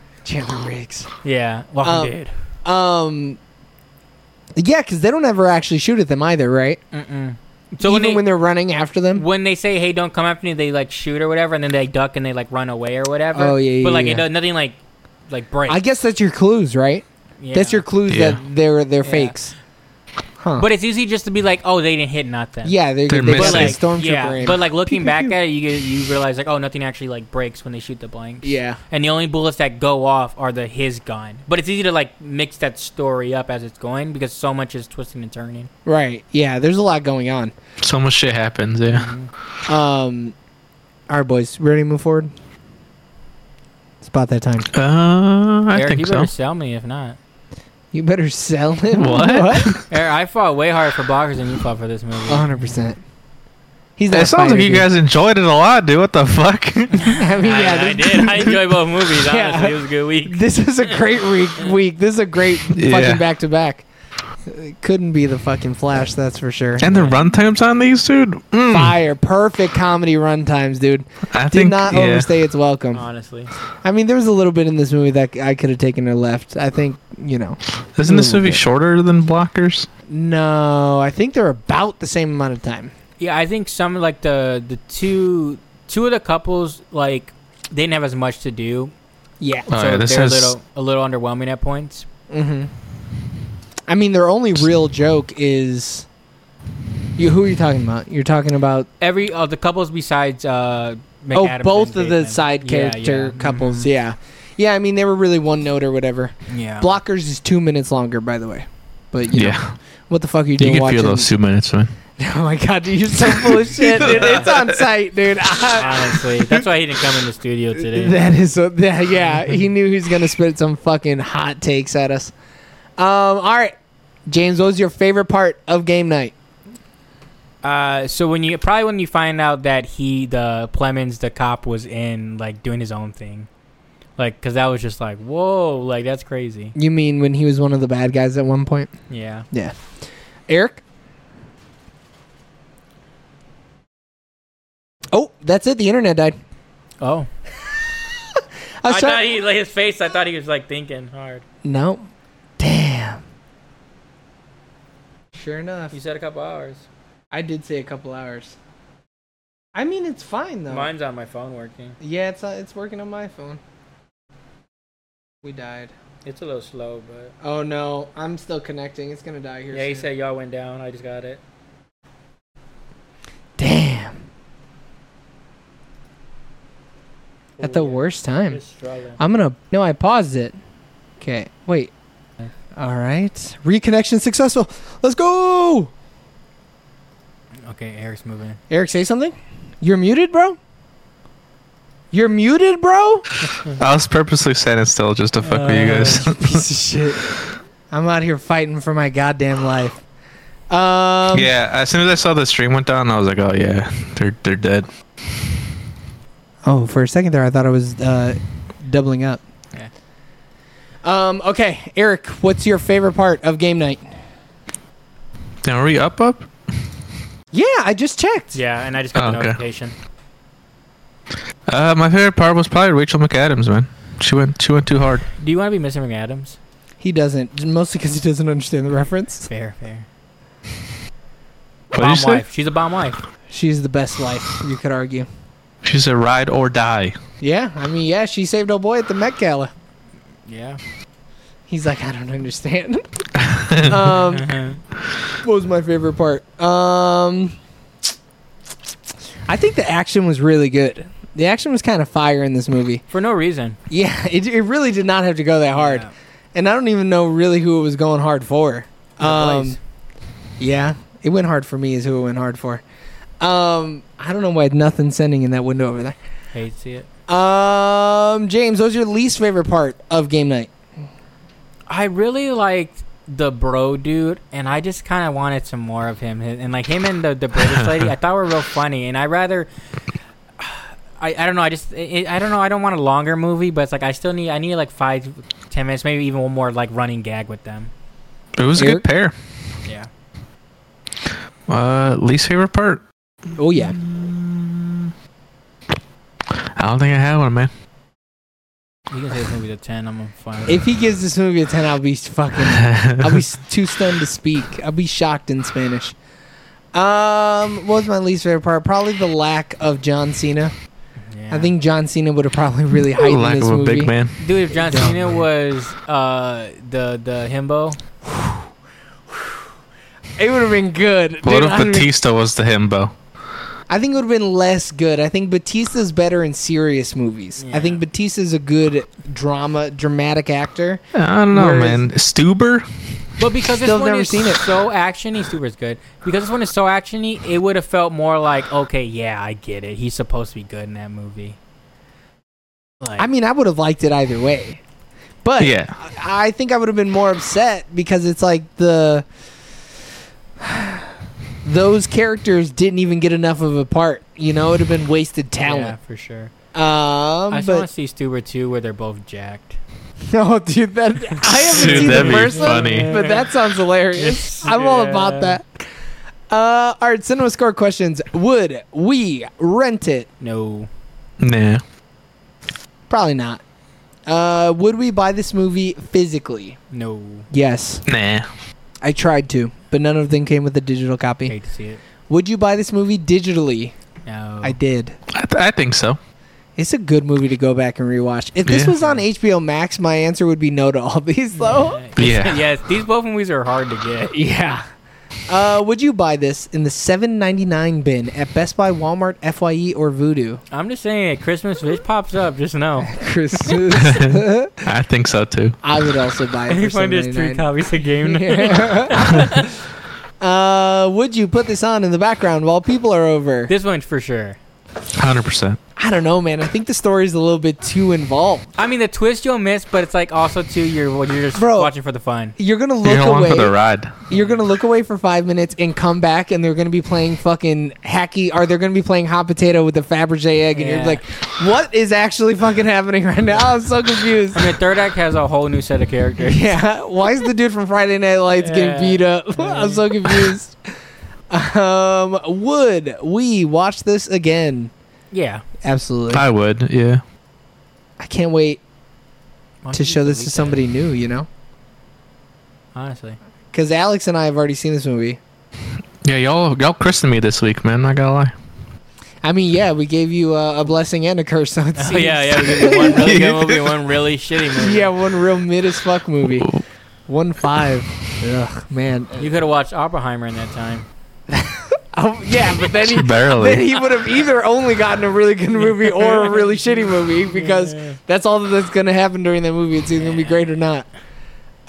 Speaker 2: Chandler Riggs.
Speaker 1: Yeah, Walking
Speaker 2: Um,
Speaker 1: Dead.
Speaker 2: Um. Yeah, because they don't ever actually shoot at them either, right?
Speaker 1: Mm-mm.
Speaker 2: So Even
Speaker 1: they-
Speaker 2: when they're running after them.
Speaker 1: when they say hey don't come after me they like shoot or whatever and then they duck and they like run away or whatever
Speaker 2: Oh, yeah, yeah,
Speaker 1: but like
Speaker 2: yeah.
Speaker 1: it does nothing like like break
Speaker 2: I guess that's your clues, right?
Speaker 1: Yeah.
Speaker 2: That's your clues
Speaker 3: Yeah.
Speaker 2: that they're they're
Speaker 1: Yeah.
Speaker 2: fakes. Huh.
Speaker 1: but it's usually just to be like oh they didn't hit nothing
Speaker 2: yeah, they
Speaker 3: They're
Speaker 2: they
Speaker 1: but
Speaker 2: got
Speaker 3: missing.
Speaker 2: a
Speaker 1: like
Speaker 2: stormtrooper
Speaker 1: yeah
Speaker 2: in.
Speaker 1: but like looking
Speaker 2: <laughs>
Speaker 1: back at it you get- you realize like oh nothing actually like breaks when they shoot the blanks
Speaker 2: yeah.
Speaker 1: and the only bullets that go off are the his gun but it's easy to like mix that story up as it's going because so much is twisting and turning
Speaker 2: Right. Yeah, there's a lot going on.
Speaker 3: So much shit happens, yeah.
Speaker 2: Um all right, boys, ready to move forward? It's about that time.
Speaker 3: Uh, I
Speaker 1: Eric,
Speaker 3: think
Speaker 1: you
Speaker 3: so.
Speaker 1: better sell me if not
Speaker 2: You better sell him.
Speaker 3: What?
Speaker 2: <laughs>
Speaker 1: Eric, I fought way harder for blockers than you fought for this movie.
Speaker 2: 100%. He's not a
Speaker 3: It sounds like
Speaker 2: fighter,
Speaker 3: you
Speaker 2: dude.
Speaker 3: guys enjoyed it a lot, dude. What
Speaker 1: <laughs>
Speaker 3: the fuck?
Speaker 2: I mean, <laughs> yeah,
Speaker 1: I, I
Speaker 2: this,
Speaker 1: did. I enjoyed both movies. Honestly,
Speaker 2: Yeah.
Speaker 1: it was a good week.
Speaker 2: <laughs> this is a great week. Week. This is a great
Speaker 3: <laughs> Yeah.
Speaker 2: fucking back to back. Couldn't be the fucking Flash, that's for sure.
Speaker 3: and the run times on these, dude. Mm,
Speaker 2: Fire, perfect comedy runtimes, dude.
Speaker 3: I
Speaker 2: Did
Speaker 3: think
Speaker 2: not
Speaker 3: yeah.
Speaker 2: overstay its welcome.
Speaker 1: Honestly,
Speaker 2: I mean, there was a little bit in this movie that I could have taken or left. I think you know.
Speaker 3: Isn't this
Speaker 2: little
Speaker 3: movie
Speaker 2: bit.
Speaker 3: shorter than Blockers?
Speaker 2: No, I think they're about the same amount of time.
Speaker 1: yeah, I think some like the the two two of the couples like they didn't have as much to do,
Speaker 2: Yeah.
Speaker 3: Oh,
Speaker 1: so
Speaker 3: yeah, this
Speaker 1: they're
Speaker 3: has-
Speaker 1: a little a little underwhelming at points.
Speaker 2: Mm-hmm. I mean, their only real joke is you. Who are you talking about? You're talking about
Speaker 1: Every of the couples besides uh,
Speaker 2: oh,
Speaker 1: McAdams
Speaker 2: both
Speaker 1: and
Speaker 2: of the
Speaker 1: Bateman.
Speaker 2: side
Speaker 1: Yeah, Mm-hmm.
Speaker 2: character
Speaker 1: yeah.
Speaker 2: couples. Yeah, yeah. I mean, they were really one note or whatever.
Speaker 1: Mhm. Yeah,
Speaker 2: Blockers is two minutes longer, by the way. But you know,
Speaker 3: Yeah,
Speaker 2: what the fuck are you
Speaker 3: you
Speaker 2: doing
Speaker 3: can
Speaker 2: watching?
Speaker 3: feel those two minutes, man.
Speaker 2: <laughs> oh my god, dude, you're so full of
Speaker 1: <laughs>
Speaker 2: shit, dude. It's on site, dude. Ah,
Speaker 1: Honestly, that's why he didn't come in the
Speaker 2: <laughs>
Speaker 1: studio today.
Speaker 2: That is so. That, yeah, he knew he was gonna spit some fucking hot takes at us. Um, all right, James, what was your favorite part of game night?
Speaker 1: Uh, so when you probably when you find out that he the Plemons the cop was in like doing his own thing, like because that was just like whoa, like that's crazy.
Speaker 2: You mean when he was one of the bad guys at one point?
Speaker 1: Yeah.
Speaker 2: Yeah. Eric. Oh, that's it. The internet died.
Speaker 1: Oh.
Speaker 2: Oh, I was
Speaker 1: I
Speaker 2: try-
Speaker 1: thought he like his face. I thought he was like thinking hard.
Speaker 2: no. Damn. Sure enough,
Speaker 1: You said a couple hours.
Speaker 2: I did say a couple hours. I mean, it's fine though.
Speaker 1: Mine's on my phone working.
Speaker 2: Yeah, it's uh, it's working on my phone. We died.
Speaker 1: It's a little slow, but
Speaker 2: Oh no, I'm still connecting. It's gonna die here.
Speaker 1: yeah, he
Speaker 2: soon.
Speaker 1: said y'all went down. I just got it.
Speaker 2: "Damn, at the
Speaker 1: Ooh, Oh, yeah.
Speaker 2: worst time."
Speaker 1: Just struggling.
Speaker 2: I'm gonna. No, I paused it. Okay, wait. All right, reconnection successful. Let's go.
Speaker 1: Okay, Eric's moving.
Speaker 2: Eric, say something. You're muted, bro. You're muted, bro. Mm-hmm.
Speaker 3: I was purposely standing still just to fuck with you
Speaker 2: Uh, <laughs>
Speaker 3: guys.
Speaker 2: Piece of shit. I'm out here fighting for my goddamn life. <laughs> Um,
Speaker 3: <laughs> yeah, as soon as I saw the stream went down, I was like, oh yeah, they're they're dead.
Speaker 2: Oh, for a second there, I thought I was uh, doubling up.
Speaker 1: Yeah.
Speaker 2: Um. Okay, Eric, what's your favorite part of game night?
Speaker 3: Now, are we up up?
Speaker 2: Yeah, I just checked.
Speaker 1: Yeah, and I just got
Speaker 3: Oh,
Speaker 1: the
Speaker 3: okay.
Speaker 1: notification.
Speaker 3: Uh, my favorite part was probably Rachel McAdams, man. She went she went too hard.
Speaker 1: Do you want to be missing Adams?
Speaker 2: He doesn't, mostly because he doesn't understand the reference.
Speaker 1: Fair, fair.
Speaker 3: What did
Speaker 1: bomb
Speaker 3: you say?
Speaker 1: wife. She's a bomb wife.
Speaker 2: She's the best life, you could argue.
Speaker 3: She said, ride or die.
Speaker 2: Yeah, I mean, yeah, she saved old boy at the Met Gala.
Speaker 1: Yeah.
Speaker 2: He's like, I don't understand. um, what was my favorite part? Um, I think the action was really good. The action was kind of fire in this movie.
Speaker 1: <laughs> For no reason.
Speaker 2: Yeah, <laughs> it, it really did not have to go that hard,
Speaker 1: Yeah.
Speaker 2: and I don't even know really who it was going hard for.
Speaker 1: The
Speaker 2: Um,
Speaker 1: boys.
Speaker 2: yeah, it went hard for me is who it went hard for. Um, I don't know why nothing's sending in that window over there.
Speaker 1: Hate to see it.
Speaker 2: Um, James, what was your least favorite part of game night?
Speaker 1: I really liked the bro dude, and I just kind of wanted some more of him. And like him and the, the
Speaker 2: <laughs>
Speaker 1: British lady, I thought were real funny, and I rather. I, I don't know. I just it, I don't know. I don't want a longer movie, but it's like I still need I need like five, ten minutes, maybe even one more like running gag with them.
Speaker 3: It was a
Speaker 2: Eric?
Speaker 3: good pair.
Speaker 1: Yeah.
Speaker 3: Uh, least favorite part?
Speaker 2: Oh yeah,
Speaker 3: I don't think I had one, man.
Speaker 1: You can say this movie's a ten. I'm fine. with it.
Speaker 2: if he gives this movie a ten, I'll be fucking. I'll
Speaker 3: <laughs>
Speaker 2: be s- too stunned to speak. I'll be shocked in Spanish. Um, what was my least favorite part? Probably the lack of John Cena.
Speaker 1: Yeah.
Speaker 2: I think John Cena would have probably really heightened
Speaker 3: Lack
Speaker 2: this
Speaker 3: of a
Speaker 2: movie.
Speaker 3: big man.
Speaker 1: dude, if John
Speaker 2: Dumb,
Speaker 1: Cena
Speaker 2: man.
Speaker 1: was uh the the himbo,
Speaker 2: It would have been good.
Speaker 3: What
Speaker 2: Dude,
Speaker 3: if
Speaker 2: I don't even-
Speaker 3: Batista was the himbo?
Speaker 2: I think it would have been less good. I think Batista's better in serious movies. I
Speaker 1: Yeah.
Speaker 2: think Batista's a good drama, dramatic actor.
Speaker 3: I don't know,
Speaker 2: Whereas-
Speaker 3: man. Stuber?
Speaker 1: But because this
Speaker 2: Still
Speaker 1: one
Speaker 2: never
Speaker 1: is
Speaker 2: seen it.
Speaker 1: so actiony, super is good. Because this one is so actiony, it would have felt more like, okay, yeah, I get it. He's supposed to be good in that movie. Like,
Speaker 2: I mean, I would have liked it either way. But
Speaker 3: Yeah.
Speaker 2: I I think I would have been more upset because it's like the those characters didn't even get enough of a part. You know, it would have been wasted
Speaker 1: yeah,
Speaker 2: talent.
Speaker 1: for sure.
Speaker 2: Um,
Speaker 1: I still want
Speaker 2: but
Speaker 1: to see Stuber too, where they're both jacked.
Speaker 2: <laughs> no, dude, that I haven't
Speaker 3: Dude,
Speaker 2: seen the
Speaker 3: that'd be
Speaker 2: first one,
Speaker 3: funny.
Speaker 2: but that sounds hilarious.
Speaker 1: Yes,
Speaker 2: <laughs> I'm all
Speaker 1: yeah.
Speaker 2: about that. Uh, all right, cinema score questions. Would we rent it?
Speaker 1: No,
Speaker 3: Nah.
Speaker 2: Probably not. Uh, would we buy this movie physically?
Speaker 1: no,
Speaker 2: Yes.
Speaker 3: Nah.
Speaker 2: I tried to, but none of them came with a digital copy.
Speaker 1: hate to see it.
Speaker 2: Would you buy this movie digitally?
Speaker 1: No,
Speaker 2: I did.
Speaker 3: I, th- I think so. <laughs>
Speaker 2: It's a good movie to go back and rewatch. If this
Speaker 3: Yeah.
Speaker 2: was on HBO Max, my answer would be no to all these, though. <laughs>
Speaker 3: Yeah.
Speaker 1: <laughs> yes, these both movies are hard to get.
Speaker 2: Yeah. Uh, would you buy this in the seven ninety nine bin at Best Buy, Walmart, Fye, or Voodoo?
Speaker 1: I'm just saying, at Christmas, if it pops up, just
Speaker 2: <laughs>
Speaker 1: know.
Speaker 2: Chris,
Speaker 3: I think so too.
Speaker 2: I would also buy it
Speaker 1: <laughs> you
Speaker 2: for
Speaker 1: find
Speaker 2: seven
Speaker 1: there's
Speaker 2: ninety
Speaker 1: three
Speaker 2: nine.
Speaker 1: copies a game.
Speaker 2: <laughs> uh, would you put this on in the background while people are over?
Speaker 1: this one's for sure.
Speaker 3: 100%.
Speaker 2: I don't know, man. I think the story's a little bit too involved.
Speaker 1: I mean, the twist you'll miss, but it's like also too you're you're just
Speaker 2: Bro.
Speaker 1: watching for the fun.
Speaker 2: You're gonna look
Speaker 3: You're going
Speaker 2: away.
Speaker 3: for the ride.
Speaker 2: you're gonna look away for five minutes and come back and they're gonna be playing fucking hacky or they're gonna be playing hot potato with the Faberge egg and you're
Speaker 1: Yeah.
Speaker 2: like, what is actually fucking happening right now? I'm so confused.
Speaker 1: <laughs> I mean, the third act has a whole new set of
Speaker 2: <laughs>
Speaker 1: characters.
Speaker 2: Yeah, why is the dude from Friday Night Lights
Speaker 1: Yeah.
Speaker 2: getting beat up? <laughs> I'm so confused. Um, would we watch this again?
Speaker 1: Yeah.
Speaker 2: Absolutely.
Speaker 3: I would, yeah.
Speaker 2: I can't wait
Speaker 1: Why don't
Speaker 2: to
Speaker 1: you
Speaker 2: show this
Speaker 1: delete
Speaker 2: to
Speaker 1: that,
Speaker 2: somebody new. You know,
Speaker 1: honestly,
Speaker 2: because Alex and I have already seen this movie.
Speaker 3: Yeah, y'all y'all christened me this week, man. Not gonna lie.
Speaker 2: I mean, yeah, we gave you uh, a blessing and a curse. So
Speaker 1: <laughs>
Speaker 2: it
Speaker 1: <laughs> Oh, yeah, yeah.
Speaker 2: seems.
Speaker 1: We did one really good movie, and one <laughs> really shitty movie.
Speaker 2: yeah, one real mid as fuck movie. One five. Ugh, man.
Speaker 1: You could have watched Oppenheimer in that time.
Speaker 2: Oh, yeah, but then he then
Speaker 3: Barely.
Speaker 2: he would have either only gotten a really good movie or a really shitty movie because that's all that's going to happen during that movie. It's either going to be great or not.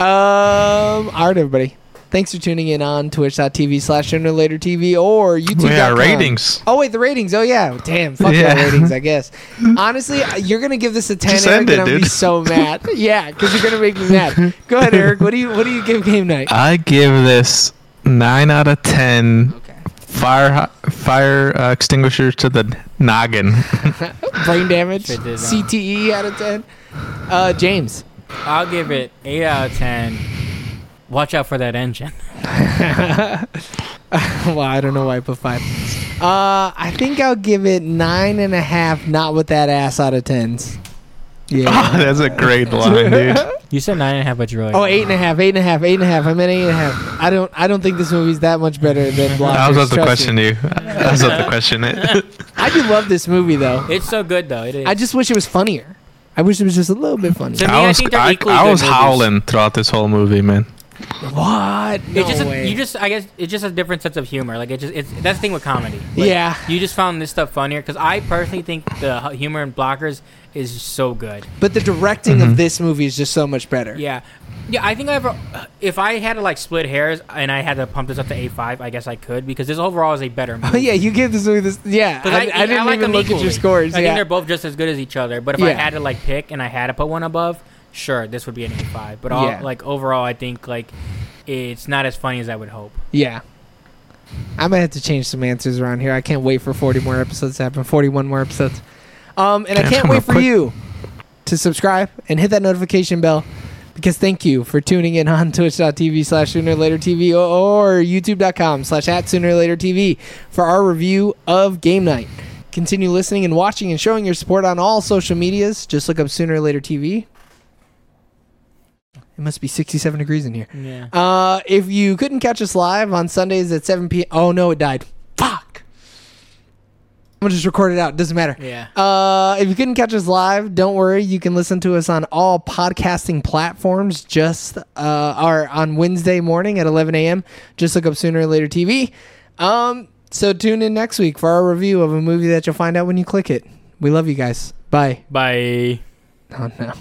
Speaker 2: Um, all right, everybody. Thanks for tuning in on twitch.tv slash sooner later TV or YouTube.
Speaker 3: Yeah, ratings.
Speaker 2: Oh, wait, the ratings. Oh, yeah. Damn, fuck
Speaker 3: Yeah.
Speaker 2: the ratings,
Speaker 3: <laughs>
Speaker 2: I guess. Honestly, you're going to give this a 10,
Speaker 3: Just
Speaker 2: Eric,
Speaker 3: end
Speaker 2: and
Speaker 3: it,
Speaker 2: I'm going to be
Speaker 3: dude.
Speaker 2: so
Speaker 3: <laughs>
Speaker 2: mad. Yeah, because you're going to make me mad. Go ahead, Eric. What do you, what do you give game night?
Speaker 3: I give this nine out of ten.
Speaker 2: Okay.
Speaker 3: Fire fire uh, extinguisher to the noggin. <laughs>
Speaker 2: Brain damage,
Speaker 1: Straight to the-
Speaker 2: CTE out of 10. Uh, <laughs> James.
Speaker 1: I'll give it 8 out of 10. Watch out for that engine.
Speaker 2: well, I don't know why I put five. Uh, I think I'll give it nine and a half. Not with that ass out of tens.
Speaker 3: <laughs> Oh,
Speaker 2: Yeah.
Speaker 3: that's a great line, dude.
Speaker 1: You said 9.5, but you really.
Speaker 2: oh, eight and a half, eight and a half, eight and a half. I meant eight and a half. I don't. I don't think this movie's that much better than Blockers.
Speaker 3: I was about to
Speaker 2: trust
Speaker 3: question
Speaker 2: me.
Speaker 3: you. I was about to question it.
Speaker 2: I do love this movie though.
Speaker 1: It's so good, though. It is.
Speaker 2: I just wish it was funnier. I wish it was just a little bit funnier.
Speaker 1: To me,
Speaker 3: I
Speaker 1: I
Speaker 3: was
Speaker 1: think they're
Speaker 3: I,
Speaker 1: equally
Speaker 3: I
Speaker 1: good
Speaker 3: was
Speaker 1: movies.
Speaker 3: howling throughout this whole movie, man.
Speaker 2: What? No
Speaker 1: It's just
Speaker 2: way.
Speaker 1: a, you just I guess it's just a different sense of humor. Like it just it's that's the thing with comedy. Like,
Speaker 2: Yeah.
Speaker 1: you just found this stuff funnier because I personally think the hu- humor in Blockers is so good.
Speaker 2: but the directing of this movie is just so much better. <laughs>
Speaker 1: Yeah, yeah. I think I ever if I had to like split hairs and I had to pump this up to a five, I guess I could because this overall is a better movie.
Speaker 2: <laughs> yeah, you give this movie this. Yeah,
Speaker 1: 'Cause
Speaker 2: I, I didn't
Speaker 1: like them
Speaker 2: even look at your
Speaker 1: equally.
Speaker 2: scores.
Speaker 1: I
Speaker 2: yeah.
Speaker 1: think they're both just as good as each other. But if I
Speaker 2: Yeah.
Speaker 1: had to like pick and I had to put one above, sure, this would be an eighty-five. But all,
Speaker 2: Yeah.
Speaker 1: like overall, I think like it's not as funny as I would hope.
Speaker 2: Yeah. I might have to change some answers around here. I can't wait for 40 more episodes to happen. 41 more episodes. Um, and I
Speaker 3: Damn,
Speaker 2: can't
Speaker 3: I'm
Speaker 2: wait
Speaker 3: up
Speaker 2: for
Speaker 3: quick.
Speaker 2: you to subscribe and hit that notification bell because thank you for tuning in on <laughs> twitch.tv slash sooner later TV or youtube.com slash at sooner later TV for our review of game night. Continue listening and watching and showing your support on all social medias. Just look up sooner later TV. It must be 67 degrees in here.
Speaker 1: Yeah.
Speaker 2: Uh, if you couldn't catch us live on Sundays at 7 p.m. Oh, no, it died. Fuck. I'm going to just record it out. Doesn't matter.
Speaker 1: Yeah.
Speaker 2: Uh, if you couldn't catch us live, don't worry. You can listen to us on all podcasting platforms just uh, or on Wednesday morning at 11 a.m. Just look up Sooner or Later TV. Um, so tune in next week for our review of a movie that you'll find out when you click it. We love you guys. Bye.
Speaker 1: Bye.
Speaker 2: Oh, no.